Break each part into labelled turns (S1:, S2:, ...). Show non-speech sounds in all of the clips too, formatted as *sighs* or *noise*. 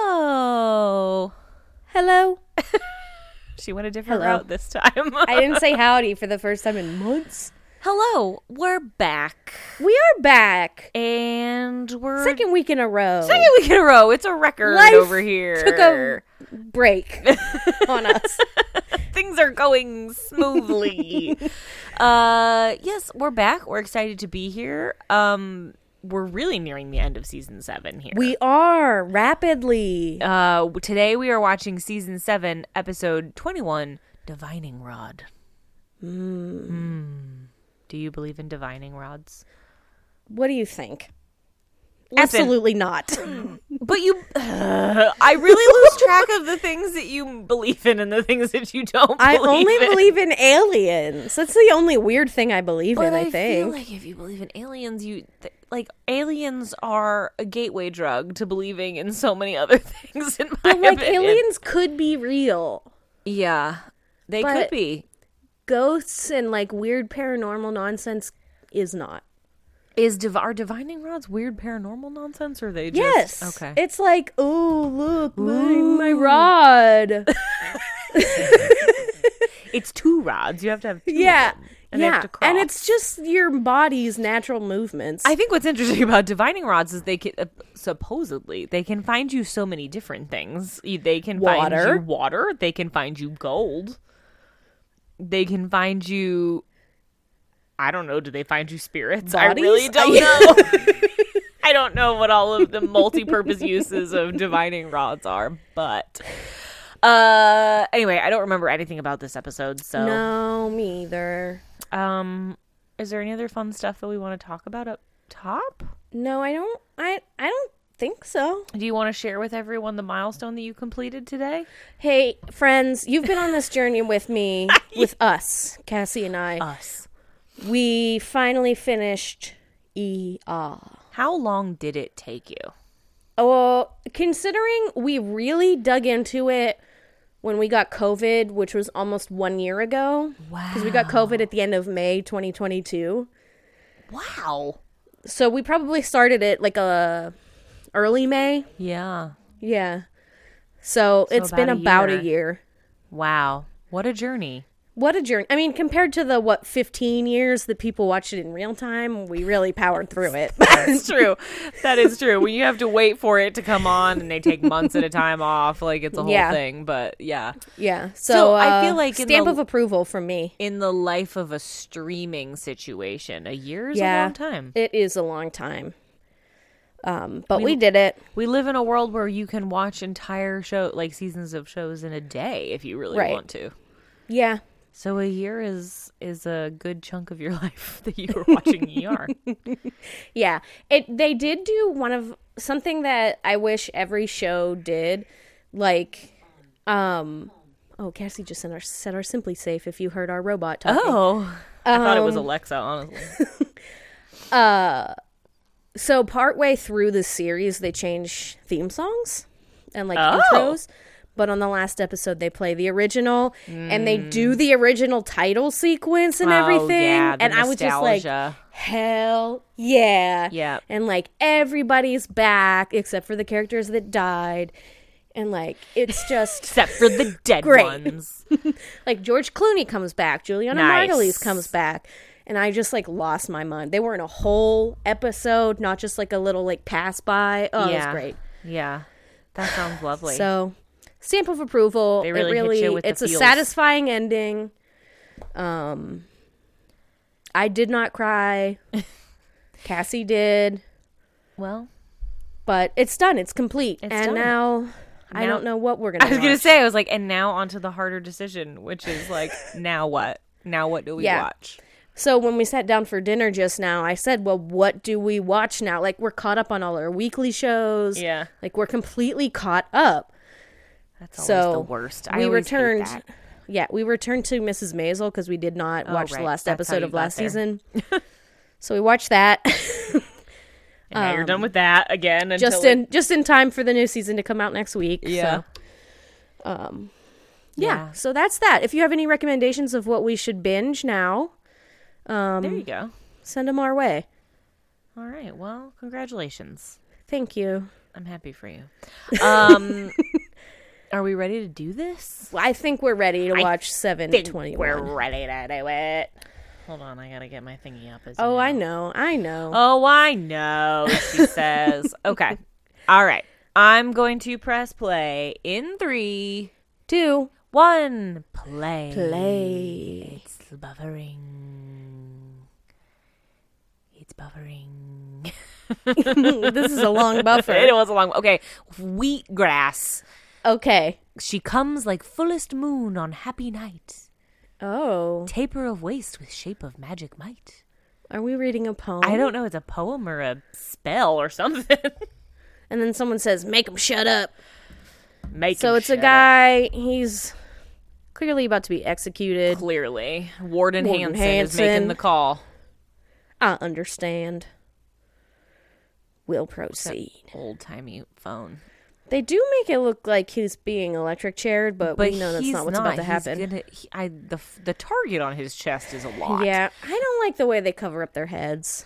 S1: Hello.
S2: Hello.
S3: She went a different
S2: Hello.
S3: route this time.
S1: *laughs*
S2: I didn't say howdy for the first time in months.
S1: Hello. We're back.
S2: We are back.
S1: And we're
S2: Second week in a row.
S1: second week in a row. It's a record
S2: Life
S1: over here.
S2: Took a
S1: *laughs*
S2: break on us.
S1: Things are going smoothly. uh yes, we're back. We're excited to be here. Um we're really nearing the end of season 7 here.
S2: We are rapidly.
S1: uh w- today we are watching season 7 episode 21 Divining Rod. Mm. Do you believe in divining rods?
S2: What do you think?
S1: Listen. *laughs*
S2: Absolutely not.
S1: But you, *laughs* I really lose track of the things that you believe in and the things that you don't.
S2: I
S1: believe
S2: only
S1: in.
S2: believe in aliens. That's the only weird thing I believe
S1: But
S2: in, I,
S1: I feel
S2: think.
S1: like if you believe in aliens, you th- like aliens are a gateway drug to believing in so many other *laughs* things. In my
S2: But like
S1: opinion.
S2: aliens could be real.
S1: yeah, they could
S2: But-
S1: be.
S2: Ghosts and like weird paranormal nonsense is not.
S1: Is div- are divining rods weird paranormal nonsense? Or are they just
S2: Yes.
S1: okay?
S2: It's like, oh look, my my
S1: *laughs*
S2: rod. *laughs*
S1: it's two rods. You have to have two of
S2: yeah.
S1: them, *laughs* and they have
S2: yeah.
S1: to
S2: And
S1: cross.
S2: it's just your body's natural movements.
S1: I think what's interesting *laughs* about divining rods is they can uh, supposedly they can find you so many different things. You- They can
S2: Water.
S1: find you water. They can find you gold. They can find you. I don't know. Do they find you spirits? I really
S2: Bodies?
S1: don't know.
S2: *laughs*
S1: I don't know what all of the multi-purpose uses of divining rods are, but uh anyway, I don't remember anything about this episode. So,
S2: no, me either.
S1: um, is there any other fun stuff that we want to talk about up top?
S2: No, I don't I I don't think so.
S1: Do you want to share with everyone the milestone that you completed today?
S2: Hey, friends, you've been on this journey
S1: *laughs*
S2: with me, with us, Cassie and I.
S1: Us.
S2: we finally finished ER.
S1: How long did it take you?
S2: Well, considering we really dug into it when we got COVID, which was almost one year ago,
S1: Wow.
S2: because we got COVID at the end of May 2022.
S1: Wow.
S2: So we probably started it like a early May.
S1: Yeah.
S2: Yeah. So, it's been
S1: about
S2: about
S1: a
S2: a year.
S1: Wow. What a *laughs* journey.
S2: What a journey. I mean, compared to the, what, 15 years that people watched it in real time, we really powered through it. *laughs*
S1: It's true. that is true. When you have to wait for it to come on and they take months at a time off, like it's a whole
S2: Yeah.
S1: thing. But yeah.
S2: Yeah. So,
S1: I
S2: uh,
S1: feel like in
S2: stamp
S1: the-
S2: of approval from me.
S1: In the life of a streaming situation, a year is a
S2: Yeah.
S1: long time.
S2: It is a long time. Um, but we, did it.
S1: We live in a world where you can watch entire show, like seasons of shows in a day if you really
S2: Right.
S1: want to.
S2: Yeah.
S1: So a year is is a good chunk of your *laughs* life that you were watching
S2: *laughs*
S1: ER.
S2: Yeah. It they did do one of something that I wish every show did like um Oh, Cassie just sent our set our simply safe if you heard our robot talking.
S1: Oh, I thought it was
S2: Um,
S1: Alexa. Honestly,
S2: So partway through the series they change theme songs and like
S1: Oh.
S2: intros. But on the last episode they play the original and they do the original title sequence and
S1: Mm. Oh,
S2: everything.
S1: yeah, the
S2: and I was just like
S1: nostalgia.
S2: Hell yeah.
S1: Yeah.
S2: And like everybody's back except for the characters that died. And like it's
S1: *laughs*
S2: just
S1: except for the dead
S2: Great.
S1: ones.
S2: like George Clooney comes back, Juliana
S1: Nice.
S2: Margulies comes back. And I just like lost my mind. They were in a whole episode, not just like a little like pass by. Oh, it was great.
S1: Yeah, that sounds lovely.
S2: So stamp of approval.
S1: They really
S2: it
S1: hit
S2: really
S1: you with the
S2: it's a
S1: feels.
S2: satisfying ending. Um I did not
S1: *laughs*
S2: cry. Cassie did.
S1: well,
S2: but it's done. It's complete.
S1: It's
S2: and
S1: done.
S2: now, I
S1: Now-
S2: don't know what we're gonna.
S1: I was gonna
S2: watch.
S1: say I was like, and now onto the harder decision, which is like, now what? Now what do we
S2: Yeah.
S1: watch?
S2: So when we sat down for dinner just now, I said, "Well, what do we watch now? Like we're caught up on all our weekly shows.
S1: Yeah.
S2: like we're completely caught up."
S1: That's always
S2: so
S1: the worst. I
S2: we
S1: always hate
S2: returned.
S1: that. Oh,
S2: Yeah, we returned to Mrs. Maisel because we did not watch
S1: right.
S2: the last
S1: That's how
S2: episode
S1: you
S2: of
S1: got
S2: last
S1: there. *laughs*
S2: season. so we watched that *laughs*
S1: And now you're
S2: um,
S1: done with that again. Until
S2: just
S1: it-
S2: in just in time for the new season to come out next week.
S1: Yeah.
S2: So, um. Yeah.
S1: Yeah.
S2: So that's that. If you have any recommendations of what we should binge now,
S1: there
S2: um,
S1: you go.
S2: send them our way.
S1: All right. Well, congratulations.
S2: Thank you.
S1: I'm happy for you. Um, *laughs* are we ready to do this?
S2: I think we're ready to watch seven
S1: think
S2: twenty
S1: We're
S2: one.
S1: ready to do it. Hold on, I gotta get my thingy up. as you
S2: Oh,
S1: know.
S2: I know. I know.
S1: Oh, I know, *laughs* she says. Okay. All right. I'm going to press play in three,
S2: Two.
S1: one, play.
S2: Play. *laughs*
S1: It's buffering. It's buffering. *laughs*
S2: this is a long buffer.
S1: It was a long Okay. Wheatgrass.
S2: Okay.
S1: She comes like fullest moon on happy night.
S2: Oh.
S1: Taper of waste with shape of magic might.
S2: Are we reading a poem?
S1: I don't know. It's a poem or a spell or *laughs* something.
S2: And then someone says, "Make him shut up."
S1: Make
S2: So
S1: him
S2: it's a
S1: shut up.
S2: guy. He's clearly about to be executed.
S1: Clearly, Warden,
S2: Warden
S1: Hanson is making
S2: Hanson.
S1: the call.
S2: I understand. We'll proceed.
S1: Old timey phone,
S2: They do make it look like he's being electric chaired, but,
S1: but
S2: we know that's
S1: he's
S2: not what's about to
S1: He's
S2: happen.
S1: gonna- he- I- the f- the target on his chest is a lot.
S2: Yeah, I don't like the way they cover up their heads.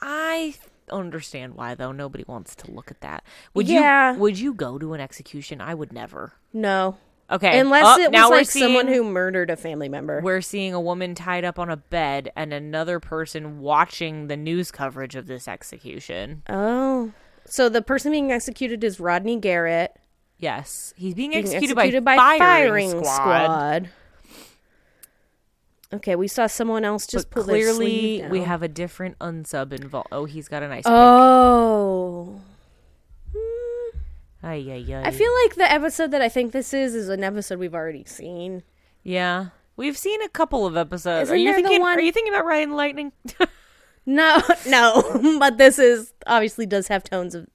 S1: I understand why though. Nobody wants to look at that. Would
S2: Yeah.
S1: you? Would you go to an execution? I would never.
S2: No,
S1: Okay,
S2: unless
S1: oh,
S2: it
S1: now
S2: was
S1: we're
S2: like someone
S1: seeing-
S2: who murdered a family member.
S1: We're seeing a woman tied up on a bed and another person watching the news coverage of this execution.
S2: Oh, so the person being executed is Rodney Garrett,
S1: Yes, he's being
S2: being
S1: executed,
S2: executed
S1: by,
S2: by,
S1: firing, squad.
S2: Okay, we saw someone else just
S1: But
S2: pull their
S1: clearly
S2: sleeve
S1: we
S2: down.
S1: have a different unsub involved. Oh, he's got an ice
S2: Oh,
S1: pick. Ay, ay, ay.
S2: I feel like the episode that I think this is is an episode we've already seen.
S1: yeah. We've seen a couple of episodes.
S2: Isn't
S1: are you
S2: there the
S1: thinking?
S2: one-
S1: Are you thinking about riding lightning? *laughs*
S2: No, *laughs* no, but this is obviously does have tones of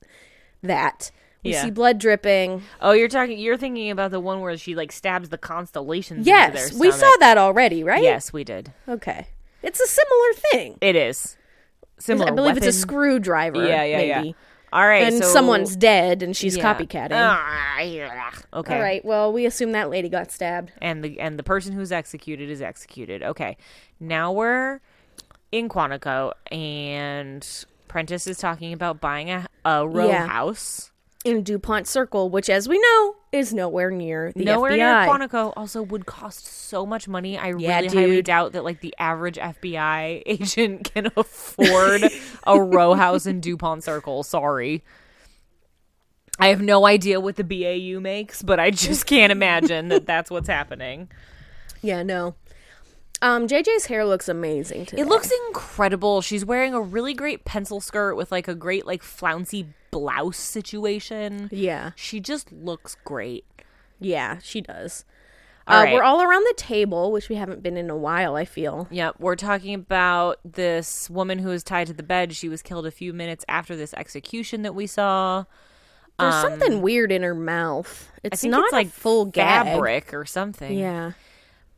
S2: that. We
S1: Yeah.
S2: see blood dripping.
S1: oh, you're talking. You're thinking about the one where she like stabs the constellations. into their
S2: Yes, we saw
S1: stomach.
S2: that already, right?
S1: Yes, we did.
S2: Okay. It's a similar thing.
S1: It is similar.
S2: I believe it's a
S1: weapon.
S2: screwdriver.
S1: Yeah, yeah,
S2: maybe.
S1: yeah. All right,
S2: And
S1: so-
S2: someone's dead, and she's
S1: yeah.
S2: copycatting.
S1: Ah, yeah. Okay.
S2: All right. Well, we assume that lady got stabbed.
S1: and the and the person who's executed is executed. Okay, now we're in Quantico, and Prentice is talking about buying a, a row
S2: Yeah.
S1: house
S2: in DuPont Circle, which, as we know, is nowhere near the
S1: nowhere
S2: FBI.
S1: near Quantico. Also, would cost so much money. I
S2: Yeah,
S1: really highly
S2: dude.
S1: doubt that like the average FBI *laughs* agent can afford a row house in Dupont Circle. Sorry. I have no idea what the BAU makes, but I just can't imagine that that's what's happening.
S2: yeah, no. Um, JJ's hair looks amazing today.
S1: It looks incredible. She's wearing a really great pencil skirt with like a great like flouncy blouse situation.
S2: yeah,
S1: She just looks great.
S2: yeah, she does.
S1: All
S2: uh,
S1: right.
S2: We're all around the table, which we haven't been in a while. I feel.
S1: Yep, we're talking about this woman who was tied to the bed. She was killed a few minutes after this execution that we saw.
S2: There's something weird in her mouth.
S1: Um, I
S2: It's
S1: think
S2: not
S1: it's like
S2: a full gag.
S1: fabric or something.
S2: Yeah,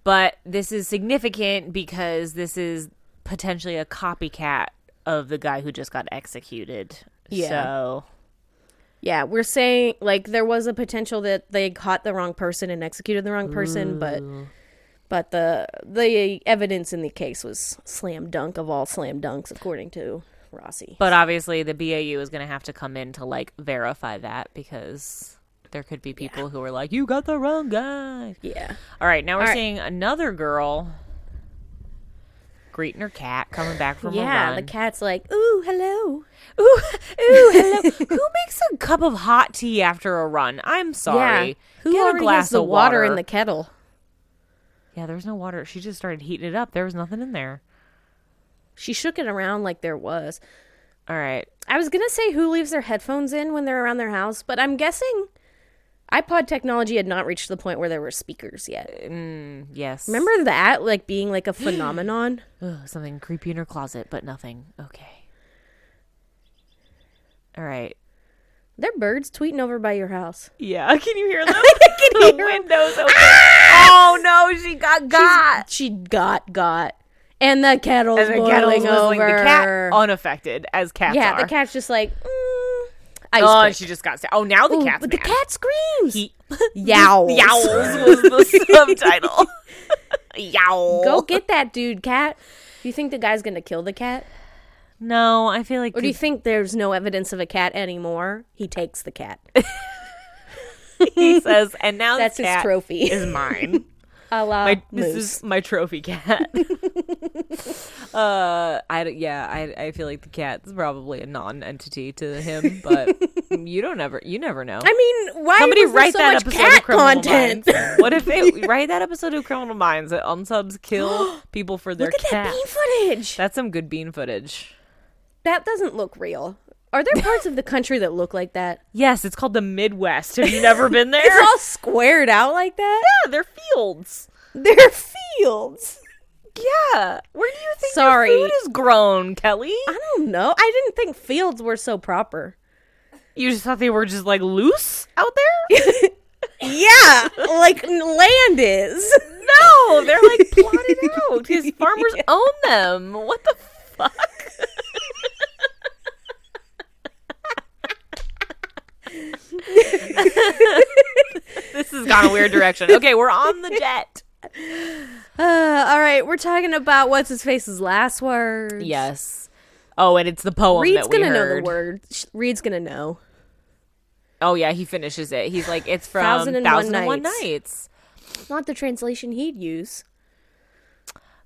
S1: But this is significant because this is potentially a copycat of the guy who just got executed.
S2: Yeah.
S1: So
S2: yeah. We're saying like there was a potential that they caught the wrong person and executed the wrong person,
S1: Mm.
S2: but but the the evidence in the case was slam dunk of all slam dunks, according to Rossi.
S1: But obviously, the BAU is going to have to come in to like verify that because there could be people who are like, "You got the wrong guy."
S2: Yeah.
S1: All right, now we're
S2: right.
S1: seeing another girl greeting her cat coming back from
S2: Yeah,
S1: a
S2: the
S1: run.
S2: cat's like, ooh, hello.
S1: ooh, ooh, *laughs* hello. who makes a cup of hot tea after a run? I'm sorry.
S2: Yeah. Who
S1: Get
S2: already
S1: a glass
S2: has the
S1: of
S2: water, in the kettle?
S1: Yeah, there's no water. She just started heating it up. There was nothing in there.
S2: She shook it around like there was.
S1: All right.
S2: I was gonna say who leaves their headphones in when they're around their house, but I'm guessing iPod technology had not reached the point where there were speakers yet.
S1: Yes.
S2: Remember that, like being like a phenomenon. *gasps*
S1: Ugh, something creepy in her closet, but nothing. Okay. All right.
S2: There are birds tweeting over by your house.
S1: Yeah. *laughs* Can you hear them? the windows open. Oh no, she got got.
S2: She got got, Ah! and the kettle's
S1: And the
S2: boiling
S1: kettle's whistling.
S2: over.
S1: The cat unaffected as cats
S2: yeah,
S1: are.
S2: the cat's just like. Mm, ice
S1: Oh,
S2: pick.
S1: she just got. Sick. Oh, now the
S2: Ooh,
S1: cat's
S2: but the
S1: mad.
S2: cat screams.
S1: He-
S2: *laughs* Yowls. *laughs*
S1: Yowls was the subtitle. *laughs* Yowl.
S2: Go get that dude, cat. Do you think the guy's gonna kill the cat,
S1: No, I feel like.
S2: or do you think there's no evidence of a cat anymore? He takes the *laughs* cat.
S1: he *laughs* says, and now
S2: *laughs* That's
S1: this
S2: his
S1: cat
S2: trophy.
S1: is mine.
S2: *laughs* A la
S1: my,
S2: moose.
S1: this is my trophy
S2: *laughs*
S1: cat. *laughs* uh, I d- yeah, I I feel like the cat's probably a non-entity to him,
S2: *laughs*
S1: but you don't ever you never know.
S2: I mean, why
S1: Somebody
S2: was there
S1: write
S2: so
S1: that
S2: much
S1: episode
S2: cat
S1: of Criminal
S2: content? *laughs*
S1: Minds. *laughs* what if they write that episode of Criminal Minds that unsubs
S2: *gasps*
S1: kill people for their
S2: Look at that
S1: cat?
S2: bean footage.
S1: That's some good bean footage.
S2: That doesn't look real. Are there parts of the country that look like that?
S1: Yes, it's called the Midwest. Have *laughs* you never been there?
S2: It's all squared out like that.
S1: yeah, they're fields.
S2: They're fields.
S1: Yeah, where do you think
S2: Sorry.
S1: your food is grown, Kelly?
S2: I don't know. I didn't think fields were so proper.
S1: You just thought they were just like loose out there?
S2: *laughs* Yeah, like land is.
S1: *laughs* No, they're like plotted out *laughs* because farmers own them. What the fuck? *laughs* this has gone a weird direction. Okay, we're on the jet.
S2: Uh, all right, we're talking about what's his face's last words.
S1: Yes. Oh, and it's the poem
S2: Reed's
S1: that we
S2: gonna know the
S1: heard.
S2: words. Sh- Reed's gonna know.
S1: Oh yeah, he finishes it. He's like, it's from Thousand
S2: Thousand
S1: and
S2: and
S1: One
S2: One
S1: Nights.
S2: Nights. Not the translation he'd use.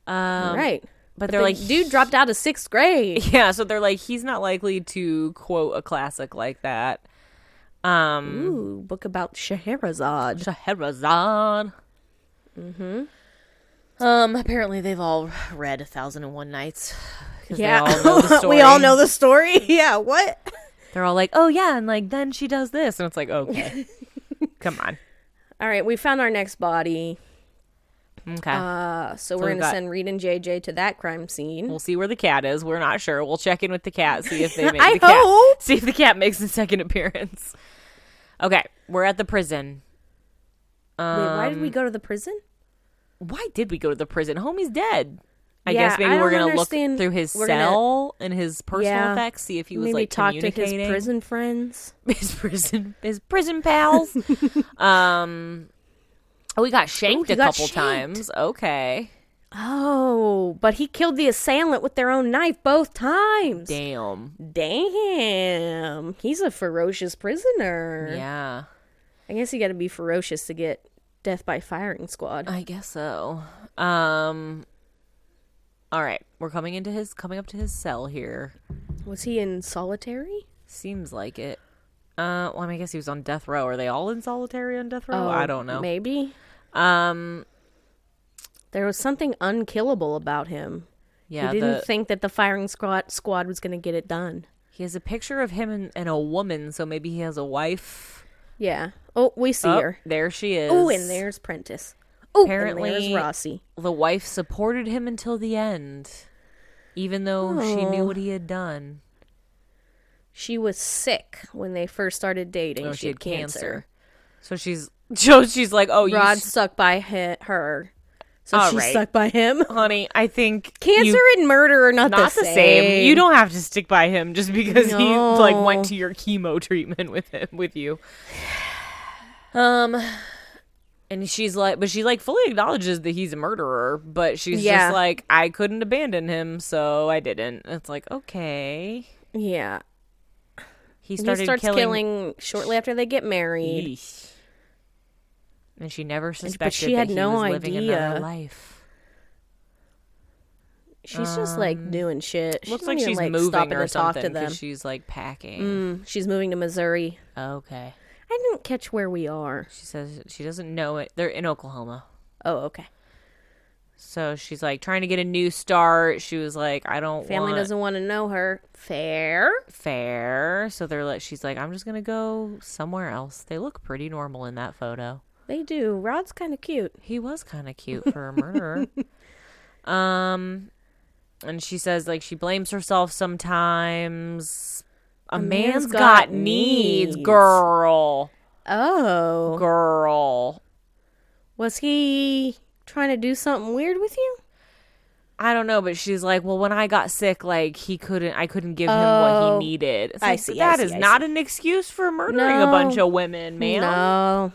S1: Um,
S2: right.
S1: But, they're like,
S2: dude dropped out of sixth grade.
S1: *laughs* yeah. So they're like, he's not likely to quote a classic like that. Um,
S2: Ooh, book about Scheherazade.
S1: Scheherazade. Mm-hmm. Um. Apparently, they've all read A Thousand and One Nights. 'cause they all know the
S2: *laughs* we all
S1: story.
S2: know the story. *laughs* Yeah, what?
S1: They're all like, "Oh yeah," and like then she does this, and it's like,
S2: *laughs*
S1: "Okay, come on,
S2: All right, we found our next body.
S1: okay."
S2: Uh, so, we're
S1: we
S2: gonna
S1: got- Oh,
S2: send Reed and JJ to that crime scene.
S1: we'll see where the cat is. We're not sure. We'll check in with the cat, see if they make
S2: *laughs* I
S1: the cat.
S2: hope.
S1: See if the cat makes a second appearance. Okay, we're at the prison.
S2: Wait, why did we
S1: Um,
S2: go to the prison?
S1: Why did we go to the prison? Homie's dead. I
S2: Yeah,
S1: guess maybe
S2: I
S1: we're
S2: don't
S1: gonna
S2: understand.
S1: look through his
S2: We're gonna-
S1: cell and his personal
S2: Yeah.
S1: effects, see if he was
S2: Maybe
S1: like
S2: talk to
S1: communicating.
S2: his prison friends.
S1: *laughs* his prison his prison
S2: *laughs*
S1: pals. um oh, we got shanked
S2: he
S1: a
S2: got
S1: couple
S2: shanked.
S1: times. Okay.
S2: Oh, but he killed the assailant with their own knife both times.
S1: Damn.
S2: Damn. He's a ferocious prisoner.
S1: Yeah.
S2: I guess you got to be ferocious to get death by firing squad.
S1: I guess so. Um All right. We're coming into his coming up to his cell here.
S2: Was he in solitary?
S1: Seems like it. Uh well, I, mean, I guess he was on death row. Are they all in solitary on death row?
S2: Oh,
S1: I don't know.
S2: Maybe.
S1: Um
S2: There was something unkillable about him.
S1: yeah,
S2: he didn't
S1: the-
S2: think that the firing squad squad was going to get it done.
S1: he has a picture of him and, and a woman, so maybe he has a wife.
S2: Yeah. Oh, we see
S1: Oh,
S2: her.
S1: there she is.
S2: Oh, and there's Prentice. Oh, and
S1: Apparently-
S2: there's Rossi.
S1: the wife supported him until the end, even though she
S2: Oh.
S1: knew what he had done.
S2: She was sick when they first started dating.
S1: Oh,
S2: she, had cancer.
S1: So she's *laughs* so she's like, "Oh, you,
S2: Rod
S1: s-
S2: stuck by he- her. So
S1: All
S2: she
S1: right.
S2: stuck by
S1: *laughs*
S2: him.
S1: honey, I think
S2: Cancer
S1: you,
S2: and murder are not,
S1: not
S2: the, same.
S1: You don't have to stick by him just because he like
S2: No.
S1: went to your chemo *laughs* treatment with him with
S2: *sighs*
S1: you." Um, and she's like, but she like fully acknowledges that he's a murderer, but she's
S2: Yeah.
S1: just like, "I couldn't abandon him, so I didn't." It's like, okay,
S2: Yeah.
S1: he
S2: He
S1: started
S2: starts killing,
S1: killing
S2: shortly after they get married.
S1: Yeesh. And she never suspected
S2: she
S1: that
S2: had
S1: he
S2: no
S1: was living another
S2: idea.
S1: life.
S2: She's just like doing shit. She
S1: um, Looks
S2: doesn't
S1: like
S2: even,
S1: she's moving
S2: stopping
S1: or
S2: to talk to
S1: something
S2: them.
S1: because she's like packing.
S2: Mm, she's moving to Missouri.
S1: Okay,
S2: I didn't catch where we are.
S1: she says she doesn't know it. They're in Oklahoma,
S2: Oh, okay.
S1: So she's like trying to get a new start. She was like, I don't
S2: Family
S1: want
S2: doesn't want to know her. Fair.
S1: fair. So they're like, she's like, I'm just gonna go somewhere else. They look pretty normal in that photo.
S2: They do. Rod's kind of cute.
S1: He was kind of cute for a
S2: *laughs*
S1: murderer. um, and she says like she blames herself sometimes. A, man's
S2: man's
S1: got,
S2: got
S1: needs,
S2: needs.
S1: girl,
S2: Oh.
S1: girl.
S2: Was he trying to do something weird with you?
S1: I don't know, but she's like, well, when I got sick, like he couldn't, I couldn't give him what
S2: Oh.
S1: he needed. It's
S2: I
S1: like,
S2: see, I
S1: That
S2: see,
S1: is
S2: I
S1: not an excuse for murdering a
S2: No.
S1: bunch of women, man.
S2: No.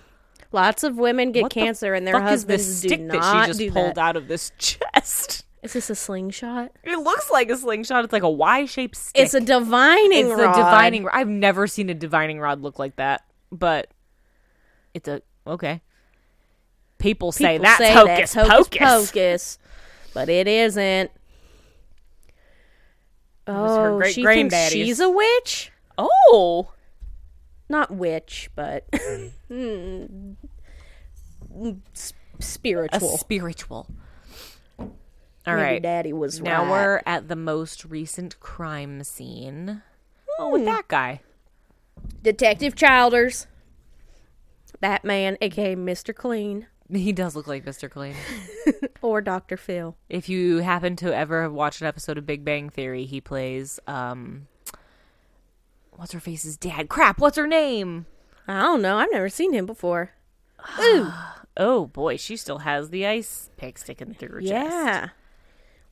S2: Lots of women get
S1: What the
S2: cancer and their
S1: Fuck is
S2: husbands
S1: this
S2: do
S1: stick
S2: not
S1: that she just
S2: do
S1: pulled
S2: that.
S1: out of this *laughs* chest?
S2: Is this a slingshot?
S1: It looks like a slingshot. It's like a Y-shaped stick.
S2: It's a divining
S1: It's
S2: rod.
S1: a divining. rod. I've never seen a divining rod look like that, but it's a okay. People say
S2: People
S1: that's
S2: say
S1: hocus pocus.
S2: pocus, but it isn't.
S1: was her
S2: Oh,
S1: great
S2: she thinks
S1: granddaddy's.
S2: she's a witch.
S1: Oh,
S2: Not witch,
S1: *laughs*
S2: but mm, s-
S1: a
S2: spiritual.
S1: spiritual. All
S2: Maybe
S1: right.
S2: daddy was
S1: Now
S2: right.
S1: we're at the most recent crime scene. Oh,
S2: Hmm.
S1: with that guy.
S2: Detective Childers, Batman, aka Mister Clean,
S1: He does look like Mr. Clean.
S2: or Doctor Phil.
S1: If you happen to ever have watched an episode of Big Bang Theory, he plays um what's her face's dad. Crap, what's her name?
S2: I don't know. I've never seen him before.
S1: Oh boy, she still has the ice pick sticking through her chest.
S2: Yeah,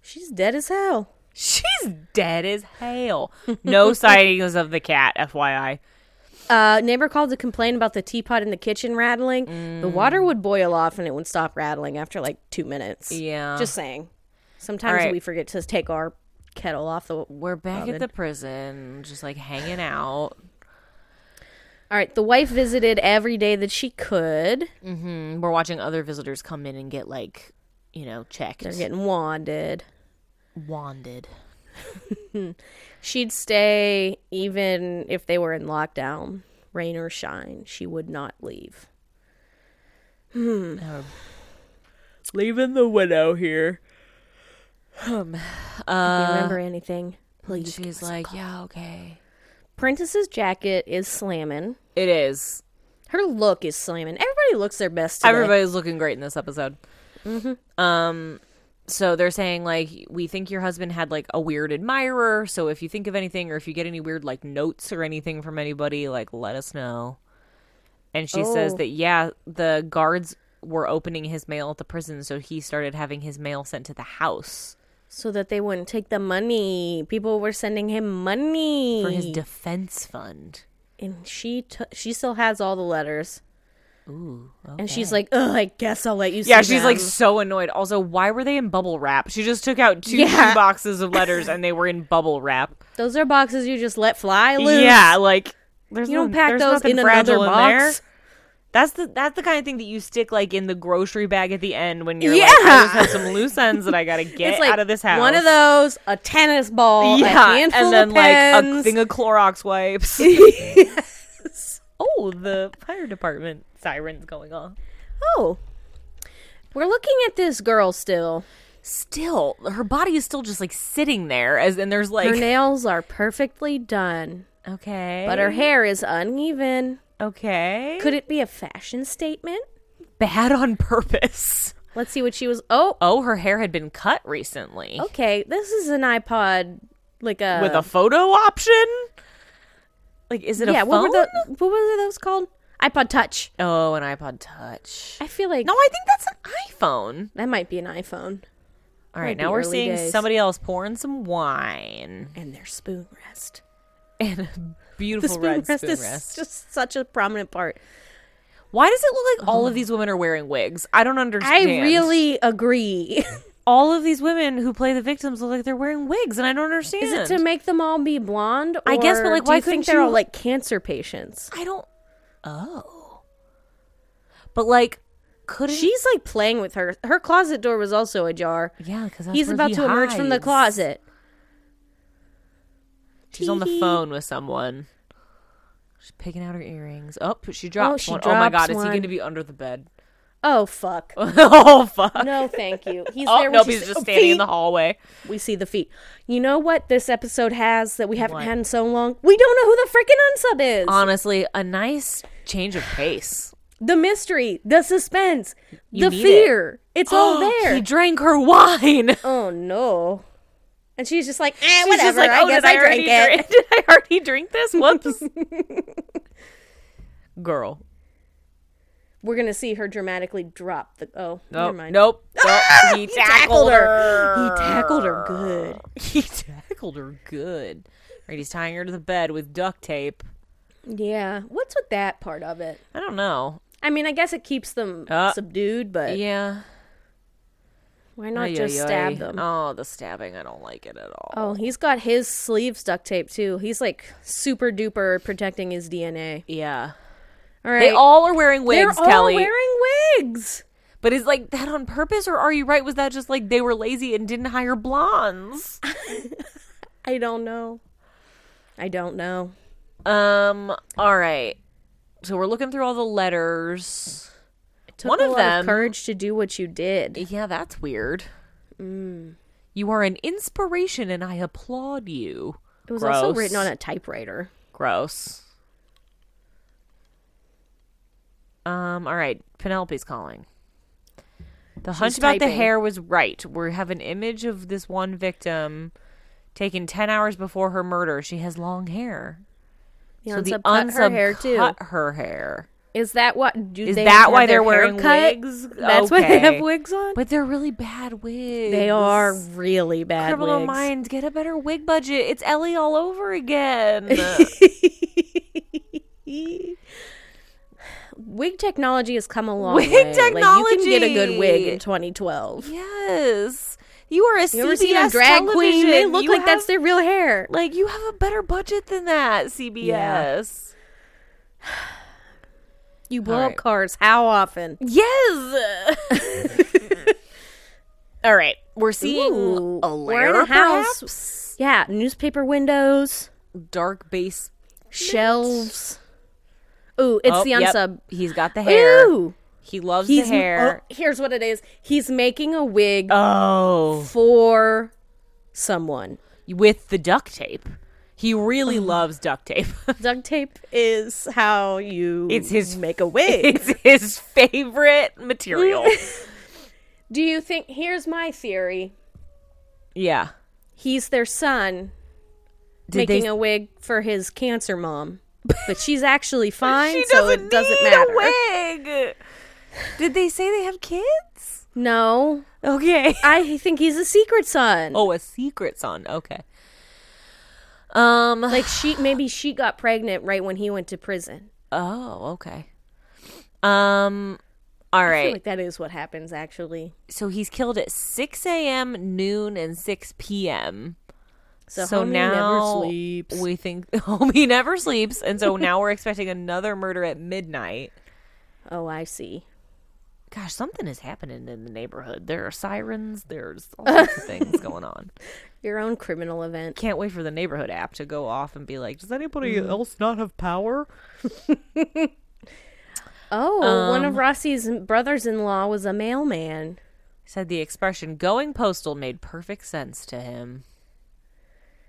S2: she's dead as hell.
S1: *laughs* She's dead as hell. *laughs* No sightings of the cat, FYI.
S2: Uh, neighbor called to complain about the teapot in the kitchen rattling. The water would boil off and it would stop rattling after like two minutes.
S1: Yeah.
S2: Just saying. Sometimes
S1: All right.
S2: we forget to take our kettle off the. All
S1: We're back at the prison, just like hanging out.
S2: right. The wife visited every day that she could.
S1: Mm, We're watching other visitors come in and get like, you know, checked.
S2: They're getting wanded.
S1: wanded.
S2: She'd stay even if they were in lockdown, rain or shine. She would not leave.
S1: Leaving the widow here.
S2: Do
S1: Uh,
S2: you remember anything? Please.
S1: She's like, yeah, okay.
S2: Prentice's jacket is slamming.
S1: It is.
S2: Her look is slamming. Everybody looks their best today. Mm-hmm.
S1: Everybody's looking great in this episode. Um, so they're saying like we think your husband had like a weird admirer. So if you think of anything or if you get any weird like notes or anything from anybody, like let us know. And she says
S2: Oh.
S1: that yeah, the guards were opening his mail at the prison, so he started having his mail sent to the house
S2: so that they wouldn't take the money. People were sending him money
S1: for his defense fund.
S2: and she t- she still has all the letters.
S1: Ooh.
S2: And she's like, "Oh, I guess I'll let you."
S1: Yeah,
S2: see
S1: she's like
S2: them."
S1: so annoyed. Also, why were they in bubble wrap? She just took out two,
S2: Yeah.
S1: two boxes of letters and they were in bubble wrap.
S2: "Those are boxes you just let fly loose."
S1: Yeah, like there's
S2: you
S1: no-
S2: don't pack
S1: there's
S2: those
S1: nothing
S2: in
S1: fragile
S2: another
S1: in there.
S2: box.
S1: That's the that's the kind of thing that you stick like in the grocery bag at the end when you're
S2: Yeah.
S1: like, I just have some loose ends that I *laughs* gotta get
S2: It's like
S1: out of this house.
S2: One of those, a tennis ball,
S1: yeah,
S2: a handful
S1: and then
S2: of
S1: like
S2: pens.
S1: a thing of Clorox *laughs* wipes. Oh, the fire department sirens going off.
S2: oh, we're looking at this girl still.
S1: Still, her body is still just like sitting there, as and there's like
S2: Her nails are perfectly done,
S1: okay,
S2: but her hair is uneven.
S1: okay,
S2: Could it be a fashion statement?
S1: bad on purpose. *laughs*
S2: Let's see what she was. Oh,
S1: Oh, her hair had been cut recently
S2: okay. This is an iPod, like a
S1: with a photo option. Like, is it
S2: yeah.
S1: a phone?
S2: What were the what were those called? iPod Touch.
S1: Oh, an iPod Touch.
S2: I feel like
S1: No, I think that's an iPhone.
S2: that might be an iPhone.
S1: All right,
S2: Might
S1: now
S2: be
S1: we're
S2: early
S1: seeing
S2: days.
S1: somebody else pouring some wine
S2: And their spoon rest.
S1: *laughs* and a
S2: The
S1: beautiful
S2: spoon
S1: red
S2: rest
S1: spoon
S2: is
S1: rest.
S2: just such a prominent part.
S1: Why does it look like all of these women are wearing wigs? Oh. I don't
S2: I
S1: understand.
S2: really agree. *laughs*
S1: all of these women who play the victims look like they're wearing wigs, and I don't understand.
S2: is it to make them all be blonde?
S1: I guess, but,
S2: or
S1: like,
S2: do
S1: why
S2: you
S1: couldn't
S2: think they're
S1: you-
S2: all like cancer patients?
S1: I don't. Oh, but like, couldn't
S2: She's like playing with her. Her closet door was also ajar.
S1: Yeah, because
S2: He's about to emerge from the closet.
S1: She's on the
S2: Tee-hee.
S1: phone with someone. She's picking out her earrings. Oh, she drops
S2: she
S1: one. oh my
S2: drops
S1: god, is he
S2: one.
S1: going to be under the bed? *laughs*
S2: Oh fuck.
S1: oh fuck.
S2: No, thank
S1: *laughs*
S2: you. He's
S1: Oh,
S2: there.
S1: nope,
S2: we
S1: he's
S2: see- *laughs*
S1: just
S2: oh,
S1: standing in the
S2: feet.
S1: hallway.
S2: We see the feet. You know what this episode has that we haven't
S1: What?
S2: had in so long? We don't know who the freaking unsub is.
S1: Honestly, a nice change of pace.
S2: *gasps* the mystery, the suspense,
S1: You
S2: the
S1: need it.
S2: fear. It's
S1: *gasps*
S2: all Oh, there.
S1: He drank her wine.
S2: oh no. And she's just like,
S1: *laughs*
S2: eh,
S1: She's
S2: whatever.
S1: just like, oh,
S2: I guess
S1: did I,
S2: I, drank
S1: already
S2: it.
S1: drink? *laughs* Did I already drink
S2: *laughs*
S1: this? Whoops. Girl.
S2: We're gonna see her dramatically drop the. Oh, never
S1: Nope.
S2: mind. Ah,
S1: Nope. nope. He, tackled, her. *laughs*
S2: He tackled her good.
S1: He tackled her good. Right, he's tying her to the bed with duct tape.
S2: Yeah. What's with that part of it?
S1: I don't know.
S2: I mean, I guess it keeps them
S1: Uh,
S2: subdued, but
S1: Yeah.
S2: why not
S1: Ay,
S2: just
S1: ay,
S2: stab
S1: ay.
S2: them?
S1: Oh, the stabbing. I don't like it at all.
S2: Oh, he's got his sleeves duct taped too. He's like super duper protecting his DNA.
S1: Yeah.
S2: All
S1: They
S2: right.
S1: all are wearing
S2: They're
S1: wigs,
S2: all
S1: Kelly.
S2: wearing wigs.
S1: but is like that on purpose or are you right? Was that just like they were lazy and didn't hire blondes?
S2: I don't know. I don't know.
S1: Um. All right. So we're looking through all the letters.
S2: It took
S1: One
S2: a
S1: of
S2: lot
S1: them-
S2: of courage to do what you did.
S1: Yeah, that's weird.
S2: Mm.
S1: You are an inspiration, and I applaud you.
S2: It was also
S1: Gross.
S2: written on a typewriter.
S1: Gross. Um. All right. Penelope's calling. The hunch about the
S2: typing.
S1: hair was right. We have an image of this one victim taken ten hours before her murder. She has long hair.
S2: The
S1: so the
S2: unsub cut her hair
S1: unsub
S2: too.
S1: cut her hair.
S2: Is that what? Do
S1: Is
S2: they
S1: that
S2: have
S1: why they're
S2: their hair
S1: wearing
S2: cut?
S1: wigs?
S2: That's why they
S1: Okay.
S2: have wigs on.
S1: But they're really bad wigs.
S2: They are really bad
S1: Criminal
S2: wigs.
S1: Minds. Get a better wig budget. It's Ellie all over
S2: *laughs*
S1: again.
S2: wig technology has come a long
S1: Wig
S2: way. Like, you can get a good wig
S1: technology.
S2: in 2012.
S1: yes, you are a
S2: You ever seen a
S1: CBS
S2: drag queen?
S1: television.
S2: They look
S1: You
S2: like that's
S1: have-
S2: their real hair.
S1: like you have a better budget than that. CBS.
S2: You blow
S1: All
S2: up
S1: right.
S2: cars how often?
S1: Yes. all right, we're seeing
S2: Ooh,
S1: a
S2: we're
S1: layer,
S2: in a house.
S1: perhaps?
S2: Yeah, newspaper windows,
S1: dark base.
S2: shelves. Ooh, it's
S1: Oh,
S2: the
S1: yep.
S2: unsub.
S1: He's got the hair.
S2: Ooh,
S1: He loves
S2: he's
S1: the hair.
S2: oh, here's what it is. He's making a wig
S1: oh.
S2: for someone.
S1: with the duct tape. He really loves duct tape. *laughs*
S2: Duct tape is how you
S1: It's his-
S2: make a wig.
S1: it's his favorite *laughs* material.
S2: Do you think here's my theory.
S1: yeah.
S2: He's their son
S1: Did
S2: making
S1: they
S2: a wig for his cancer mom. But
S1: *laughs*
S2: she's actually fine,
S1: She
S2: so it doesn't
S1: need
S2: matter.
S1: A wig. Did they say they have kids?
S2: No.
S1: *laughs* Okay.
S2: I think he's a secret son.
S1: Oh, a secret son. Okay. Um
S2: Like she maybe she got pregnant right when he went to prison.
S1: oh, okay. Um all
S2: I feel
S1: right.
S2: like that is what happens actually.
S1: so he's killed at 6 a.m., noon, and 6 p.m.
S2: So,
S1: so
S2: homie
S1: now
S2: never sleeps.
S1: we think *laughs* homie never sleeps, and so now we're expecting another murder at midnight.
S2: oh, I see.
S1: Gosh, something is happening in the neighborhood. There are sirens. There's
S2: *laughs*
S1: all sorts of things going on.
S2: Your own criminal event.
S1: Can't wait for the neighborhood app to go off and be like, "Does anybody
S2: Mm.
S1: else not have power?"
S2: Oh, one
S1: Um,
S2: of Rossi's brothers-in-law was a mailman.
S1: Said the expression "going postal" made perfect sense to him.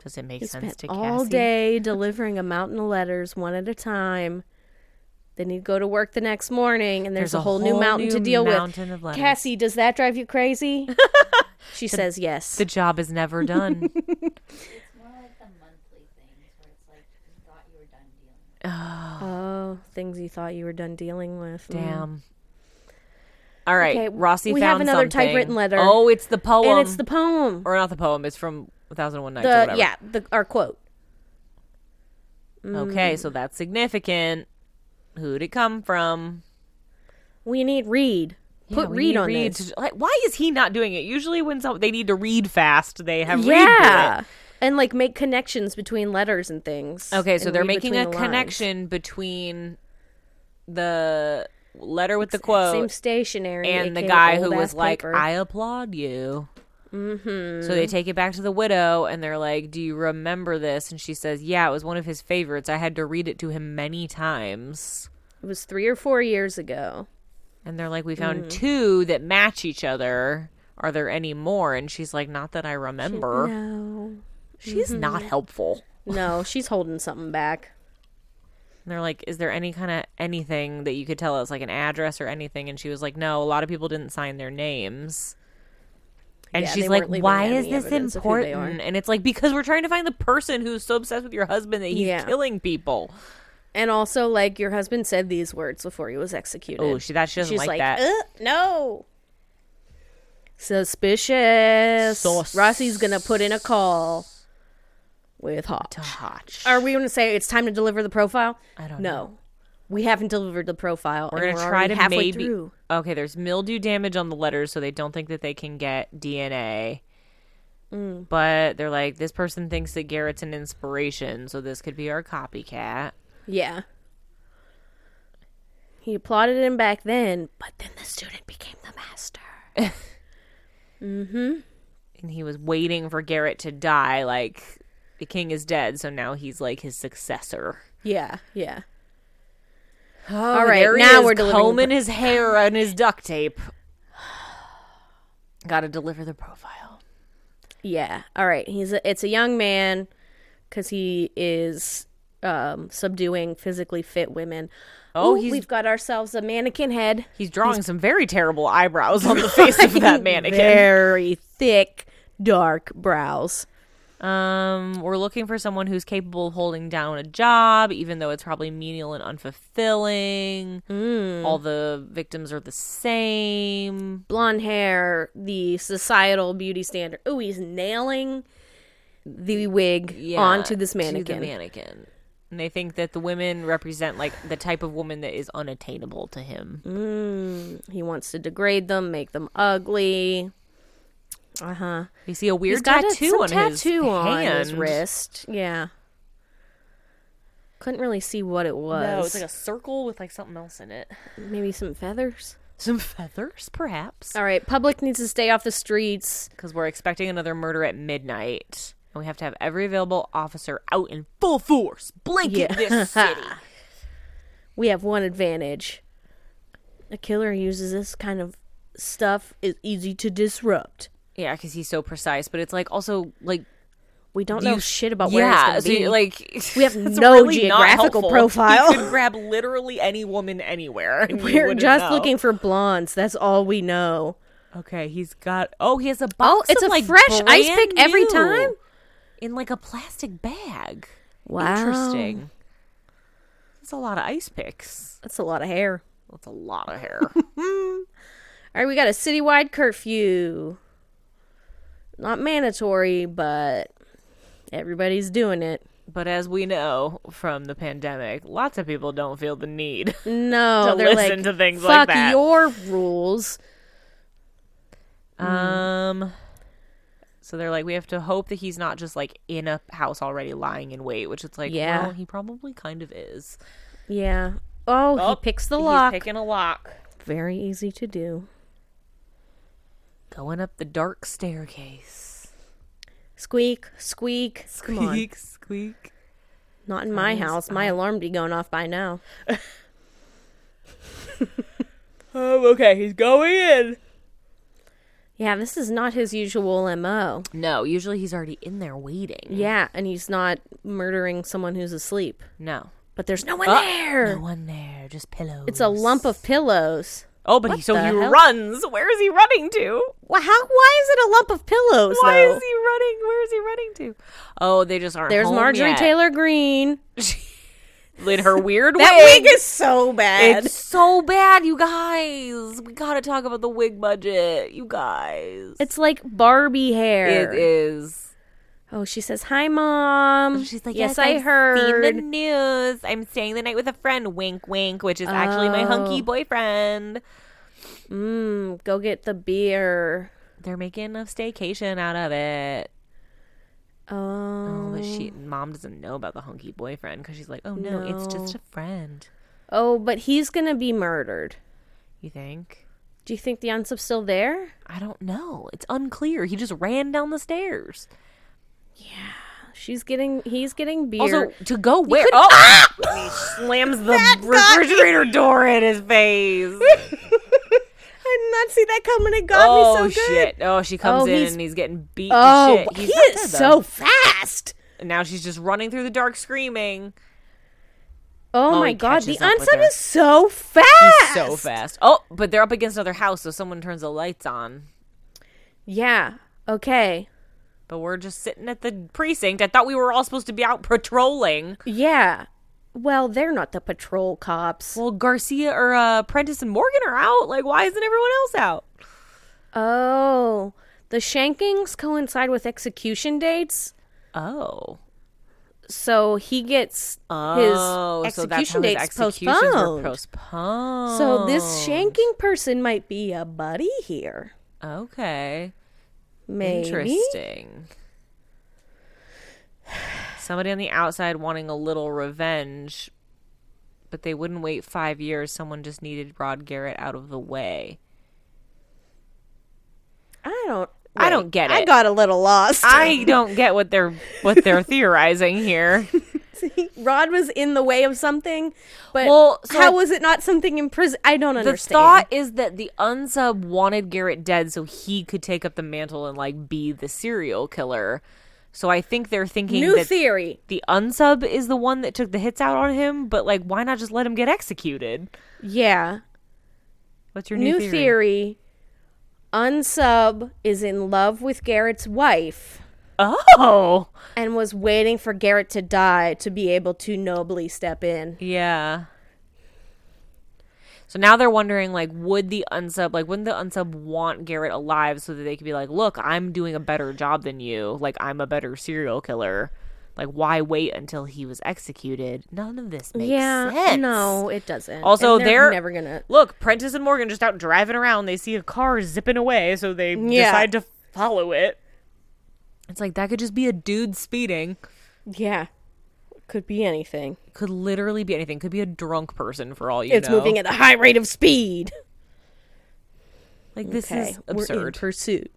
S1: Does it make
S2: He
S1: sense
S2: spent
S1: to
S2: all
S1: Cassie? *laughs*
S2: day delivering a mountain of letters one at a time. Then he'd go to work the next morning, and there's, a, whole, new mountain to
S1: new
S2: deal
S1: mountain
S2: with.
S1: of letters.
S2: Cassie, does that drive
S1: *laughs*
S2: you crazy? she says yes.
S1: The job is
S2: *laughs*
S1: never done.
S4: More like the monthly things where it's like you thought you were done dealing.
S2: oh, things you thought you were done dealing with. Mm.
S1: Damn. All right,
S2: Okay,
S1: Rossi
S2: we
S1: found
S2: have another
S1: something.
S2: typewritten letter.
S1: Oh, it's the poem.
S2: And it's the poem.
S1: or not the poem. It's from 1001 Nights or
S2: The
S1: whatever.
S2: yeah, the our quote. Mm.
S1: Okay, so that's significant. Who'd it come from?
S2: We need read. Put
S1: we
S2: read
S1: need
S2: on
S1: Reed
S2: this.
S1: to- like, why is he not doing it? Usually, when some, they need to read fast, they have read.
S2: yeah. And like make connections between letters and things.
S1: Okay, so
S2: and
S1: they're
S2: read
S1: making
S2: between
S1: a
S2: the lines.
S1: connection between the letter with the
S2: Same
S1: quote
S2: stationery
S1: and the
S2: aka
S1: guy who
S2: old
S1: was
S2: ass
S1: like,
S2: paper.
S1: "I applaud you." Mm-hmm. So they take it back to the widow, and they're like, "Do you remember this?" And she says, "Yeah, it was one of his favorites. I had to read it to him many times."
S2: It was three or four years ago.
S1: And they're like, we found two that match each other. Are there any more? And she's like, not Mm-hmm. that I remember.
S2: No.
S1: She's not helpful.
S2: No, she's holding something back.
S1: And they're like, is there any kind of anything that you could tell us, like an address or anything? And she was like, no, a lot of people didn't sign their names. And
S2: Yeah,
S1: she's
S2: they
S1: like,
S2: weren't leaving
S1: why
S2: any
S1: is this
S2: evidence of who they are.
S1: important? And it's like, because we're trying to find the person who's so obsessed with your husband that he's
S2: Yeah.
S1: killing people.
S2: And also, like, your husband said these words before he was executed.
S1: Oh, she, that she doesn't
S2: She's
S1: like,
S2: like,
S1: that.
S2: "Ugh, no. Suspicious.
S1: Sus-
S2: Rossi's gonna put in a call with Hotch.
S1: Hotch.
S2: Are we gonna say it's time to deliver the profile?
S1: I don't
S2: no. We haven't delivered the profile.
S1: We're
S2: and
S1: gonna
S2: we're
S1: try
S2: already
S1: to
S2: halfway
S1: maybe.
S2: through.
S1: Okay, there's mildew damage on the letters, so they don't think that they can get DNA.
S2: Mm.
S1: But they're like, this person thinks that Garrett's an inspiration, so this could be our copycat.
S2: Yeah. He applauded him back then, but then the student became the master.
S1: And he was waiting for Garrett to die, like the king is dead, so now he's like his successor.
S2: Yeah, yeah.
S1: All
S2: right,
S1: right,
S2: now
S1: now
S2: we're
S1: we're
S2: delivering the
S1: combing his *laughs* hair and his duct *sighs* tape. Got to deliver the profile.
S2: Yeah. All right. He's a, it's a young man because he is um, subduing physically fit women.
S1: Oh,
S2: Ooh,
S1: he's-
S2: we've got ourselves a mannequin head.
S1: He's drawing some very terrible eyebrows on the face of *laughs* that mannequin.
S2: Very thick, dark brows.
S1: Um, we're looking for someone who's capable of holding down a job, even though it's probably menial and unfulfilling. All the victims are the same.
S2: Blonde hair, the societal beauty standard. Oh, he's nailing the wig
S1: Yeah,
S2: onto this
S1: to the
S2: mannequin.
S1: mannequin. And they think that the women represent like the type of woman that is unattainable to him.
S2: Mm. He wants to degrade them, make them ugly. Uh huh.
S1: You see a
S2: He's
S1: weird
S2: got a-
S1: tattoo
S2: some
S1: on his
S2: tattoo on
S1: hand.
S2: his wrist. Yeah. Couldn't really see what it was.
S1: No, it's like a circle with like something else in it.
S2: Maybe some feathers.
S1: Some feathers, perhaps.
S2: All right, public needs to stay off the streets.
S1: because we're expecting another murder at midnight, and we have to have every available officer out in full force, blanket
S2: Yeah.
S1: this
S2: *laughs*
S1: city.
S2: We have one advantage. A killer uses this kind of stuff is easy to disrupt.
S1: yeah, because he's so precise, but it's like also like
S2: We don't
S1: you-
S2: know shit about where
S1: yeah,
S2: it's
S1: so
S2: gonna
S1: you-
S2: be.
S1: like
S2: We
S1: *laughs*
S2: have
S1: it's
S2: no
S1: really not
S2: geographical
S1: helpful. *laughs*
S2: profile.
S1: You could grab literally any woman anywhere.
S2: *laughs*
S1: and you
S2: We're
S1: wouldn't
S2: just
S1: know.
S2: looking for blondes. That's all we know.
S1: Okay, he's got. Oh, he has a box.
S2: it's
S1: of,
S2: a
S1: like,
S2: fresh ice
S1: brand
S2: pick every
S1: new
S2: time?
S1: in like a plastic bag.
S2: Wow,
S1: Interesting. That's a lot of ice picks.
S2: That's a lot of hair.
S1: That's a lot of
S2: *laughs*
S1: hair.
S2: All right, we got a citywide curfew. Not mandatory, but everybody's doing it.
S1: But as we know from the pandemic, lots of people don't feel the need. *laughs*
S2: No,
S1: To
S2: they're
S1: listen
S2: like,
S1: to things
S2: fuck
S1: like that."
S2: your rules.
S1: um so they're like we have to hope that he's not just like in a house already lying in wait, which it's like
S2: Yeah.
S1: well, he probably kind of is.
S2: Yeah. Oh, he
S1: Oh,
S2: picks the
S1: he's
S2: lock.
S1: picking a lock.
S2: Very easy to do.
S1: Going up the dark staircase.
S2: Squeak, squeak. Come on.
S1: Squeak, squeak.
S2: Not in my house. My alarm be going off by now.
S1: Oh, okay, he's going in.
S2: Yeah, this is not his usual MO.
S1: No, usually he's already in there waiting.
S2: Yeah, and he's not murdering someone who's asleep.
S1: No.
S2: But there's no one there.
S1: Uh, No one there, just pillows.
S2: It's a lump of pillows.
S1: Oh, but he, so
S2: the
S1: he
S2: hell?
S1: runs. Where is he running to?
S2: Well, how? Why is it a lump of pillows?
S1: Why
S2: though?
S1: is he running? Where is he running to? Oh, they just aren't.
S2: There's
S1: home
S2: Marjorie
S1: yet.
S2: Taylor Green. *laughs*
S1: in her weird
S2: That
S1: wig.
S2: wig is so bad.
S1: It's so bad, you guys. We gotta talk about the wig budget, you guys.
S2: It's like Barbie hair.
S1: it is.
S2: Oh, she says hi, mom.
S1: She's like,
S2: yes,
S1: i
S2: I heard.
S1: Seen the news. I'm staying the night with a friend. Wink, wink. Which is actually my hunky
S2: Oh.
S1: boyfriend.
S2: Mm, go get the beer.
S1: They're making a staycation out of it. Oh,
S2: Oh,
S1: but she, mom doesn't know about the hunky boyfriend because she's like, oh no, it's just a friend.
S2: oh, but he's gonna be murdered.
S1: You think?
S2: Do you think the unsub's still there?
S1: I don't know. It's unclear. He just ran down the stairs.
S2: She's getting. He's getting beer. *laughs*
S1: Also, to go where?
S2: could-
S1: *laughs* *laughs* oh! He slams the refrigerator door in his face.
S2: not see that coming. It got
S1: Oh
S2: me so good.
S1: shit! Oh, she comes
S2: Oh,
S1: in
S2: he's-
S1: and he's getting beat. to
S2: Oh,
S1: shit.
S2: he
S1: He's not
S2: is
S1: dead, though.
S2: so fast.
S1: And now she's just running through the dark screaming.
S2: Oh,
S1: Oh,
S2: my
S1: he
S2: god, the
S1: catches up with her.
S2: unsub is so fast.
S1: He's so fast. Oh, but they're up against another house, so someone turns the lights on.
S2: Yeah. Okay.
S1: But we're just sitting at the precinct. I thought we were all supposed to be out patrolling.
S2: Yeah. Well, they're not the patrol cops.
S1: Well, Garcia or uh, Prentice and Morgan are out. Like, why isn't everyone else out?
S2: Oh, the shankings coincide with execution dates,
S1: Oh,
S2: so he gets
S1: oh,
S2: his
S1: so that's how
S2: execution
S1: his
S2: dates
S1: executions
S2: postponed.
S1: were postponed.
S2: so this shanking person might be a buddy here.
S1: okay,
S2: Maybe.
S1: interesting. Somebody on the outside wanting a little revenge, but they wouldn't wait five years. Someone just needed Rod Garrett out of the way.
S2: I don't.
S1: I don't get
S2: I
S1: it.
S2: got a little lost.
S1: I don't get what they're what they're theorizing here.
S2: *laughs* Rod was in the way of something, but
S1: Well, so
S2: how
S1: I-
S2: was it not something in prison? I don't
S1: The
S2: understand.
S1: thought is that the unsub wanted Garrett dead so he could take up the mantle and like be the serial killer. So I think they're thinking
S2: New
S1: that
S2: theory.
S1: the unsub is the one that took the hits out on him, but like why not just let him get executed?
S2: Yeah.
S1: What's your
S2: New
S1: new,
S2: theory. Unsub is in love with Garrett's wife
S1: Oh.
S2: and was waiting for Garrett to die to be able to nobly step in.
S1: Yeah. So now they're wondering like would the unsub like wouldn't the unsub want Garrett alive so that they could be like, "Look, I'm doing a better job than you. Like I'm a better serial killer." Like why wait until he was executed? None of this makes
S2: yeah.
S1: sense.
S2: No, it doesn't.
S1: Also,
S2: And
S1: they're,
S2: never gonna.
S1: Look, Prentice and Morgan just out driving around. They see a car zipping away, so they
S2: Yeah.
S1: decide to follow it. It's like that could just be a dude speeding.
S2: Yeah. Could be anything.
S1: Could literally be anything. Could be a drunk person for all you
S2: It's
S1: know.
S2: moving at a high rate of speed.
S1: Like this
S2: Okay,
S1: is
S2: We're in
S1: absurd.
S2: pursuit.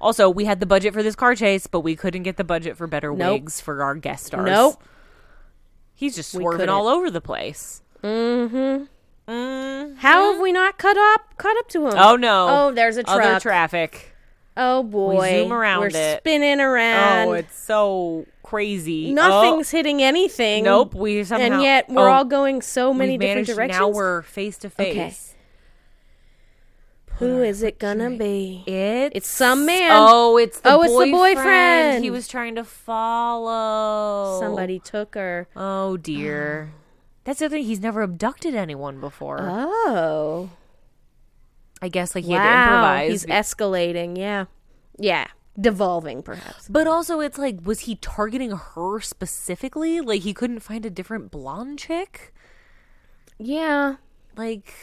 S1: also, we had the budget for this car chase, but we couldn't get the budget for better
S2: Nope.
S1: wigs for our guest stars.
S2: Nope.
S1: He's just
S2: We
S1: swerving
S2: couldn't.
S1: all over the place.
S2: Mm-hmm. How have we not caught up? Caught up to him?
S1: Oh no.
S2: Mm. Oh, there's a
S1: Other
S2: truck.
S1: traffic.
S2: Oh boy.
S1: zoom around
S2: We're
S1: it.
S2: spinning around.
S1: oh, it's so crazy. Oh.
S2: Nothing's hitting anything.
S1: Nope, we somehow
S2: and yet we're
S1: Oh,
S2: all going so many
S1: we've
S2: different
S1: managed-
S2: directions.
S1: Now we're face to face.
S2: Who is it gonna be?
S1: It's
S2: It's some man.
S1: Oh, it's the
S2: Oh, it's the
S1: boyfriend.
S2: boyfriend.
S1: He was trying to follow
S2: Somebody took her.
S1: Oh
S2: *gasps*
S1: dear. That's the other thing. He's never abducted anyone before.
S2: Oh,
S1: I guess like he had to
S2: wow!
S1: improvise.
S2: He's escalating. Yeah, yeah, devolving perhaps.
S1: but also, it's like, was he targeting her specifically? Like, he couldn't find a different blonde chick.
S2: Yeah.
S1: Like,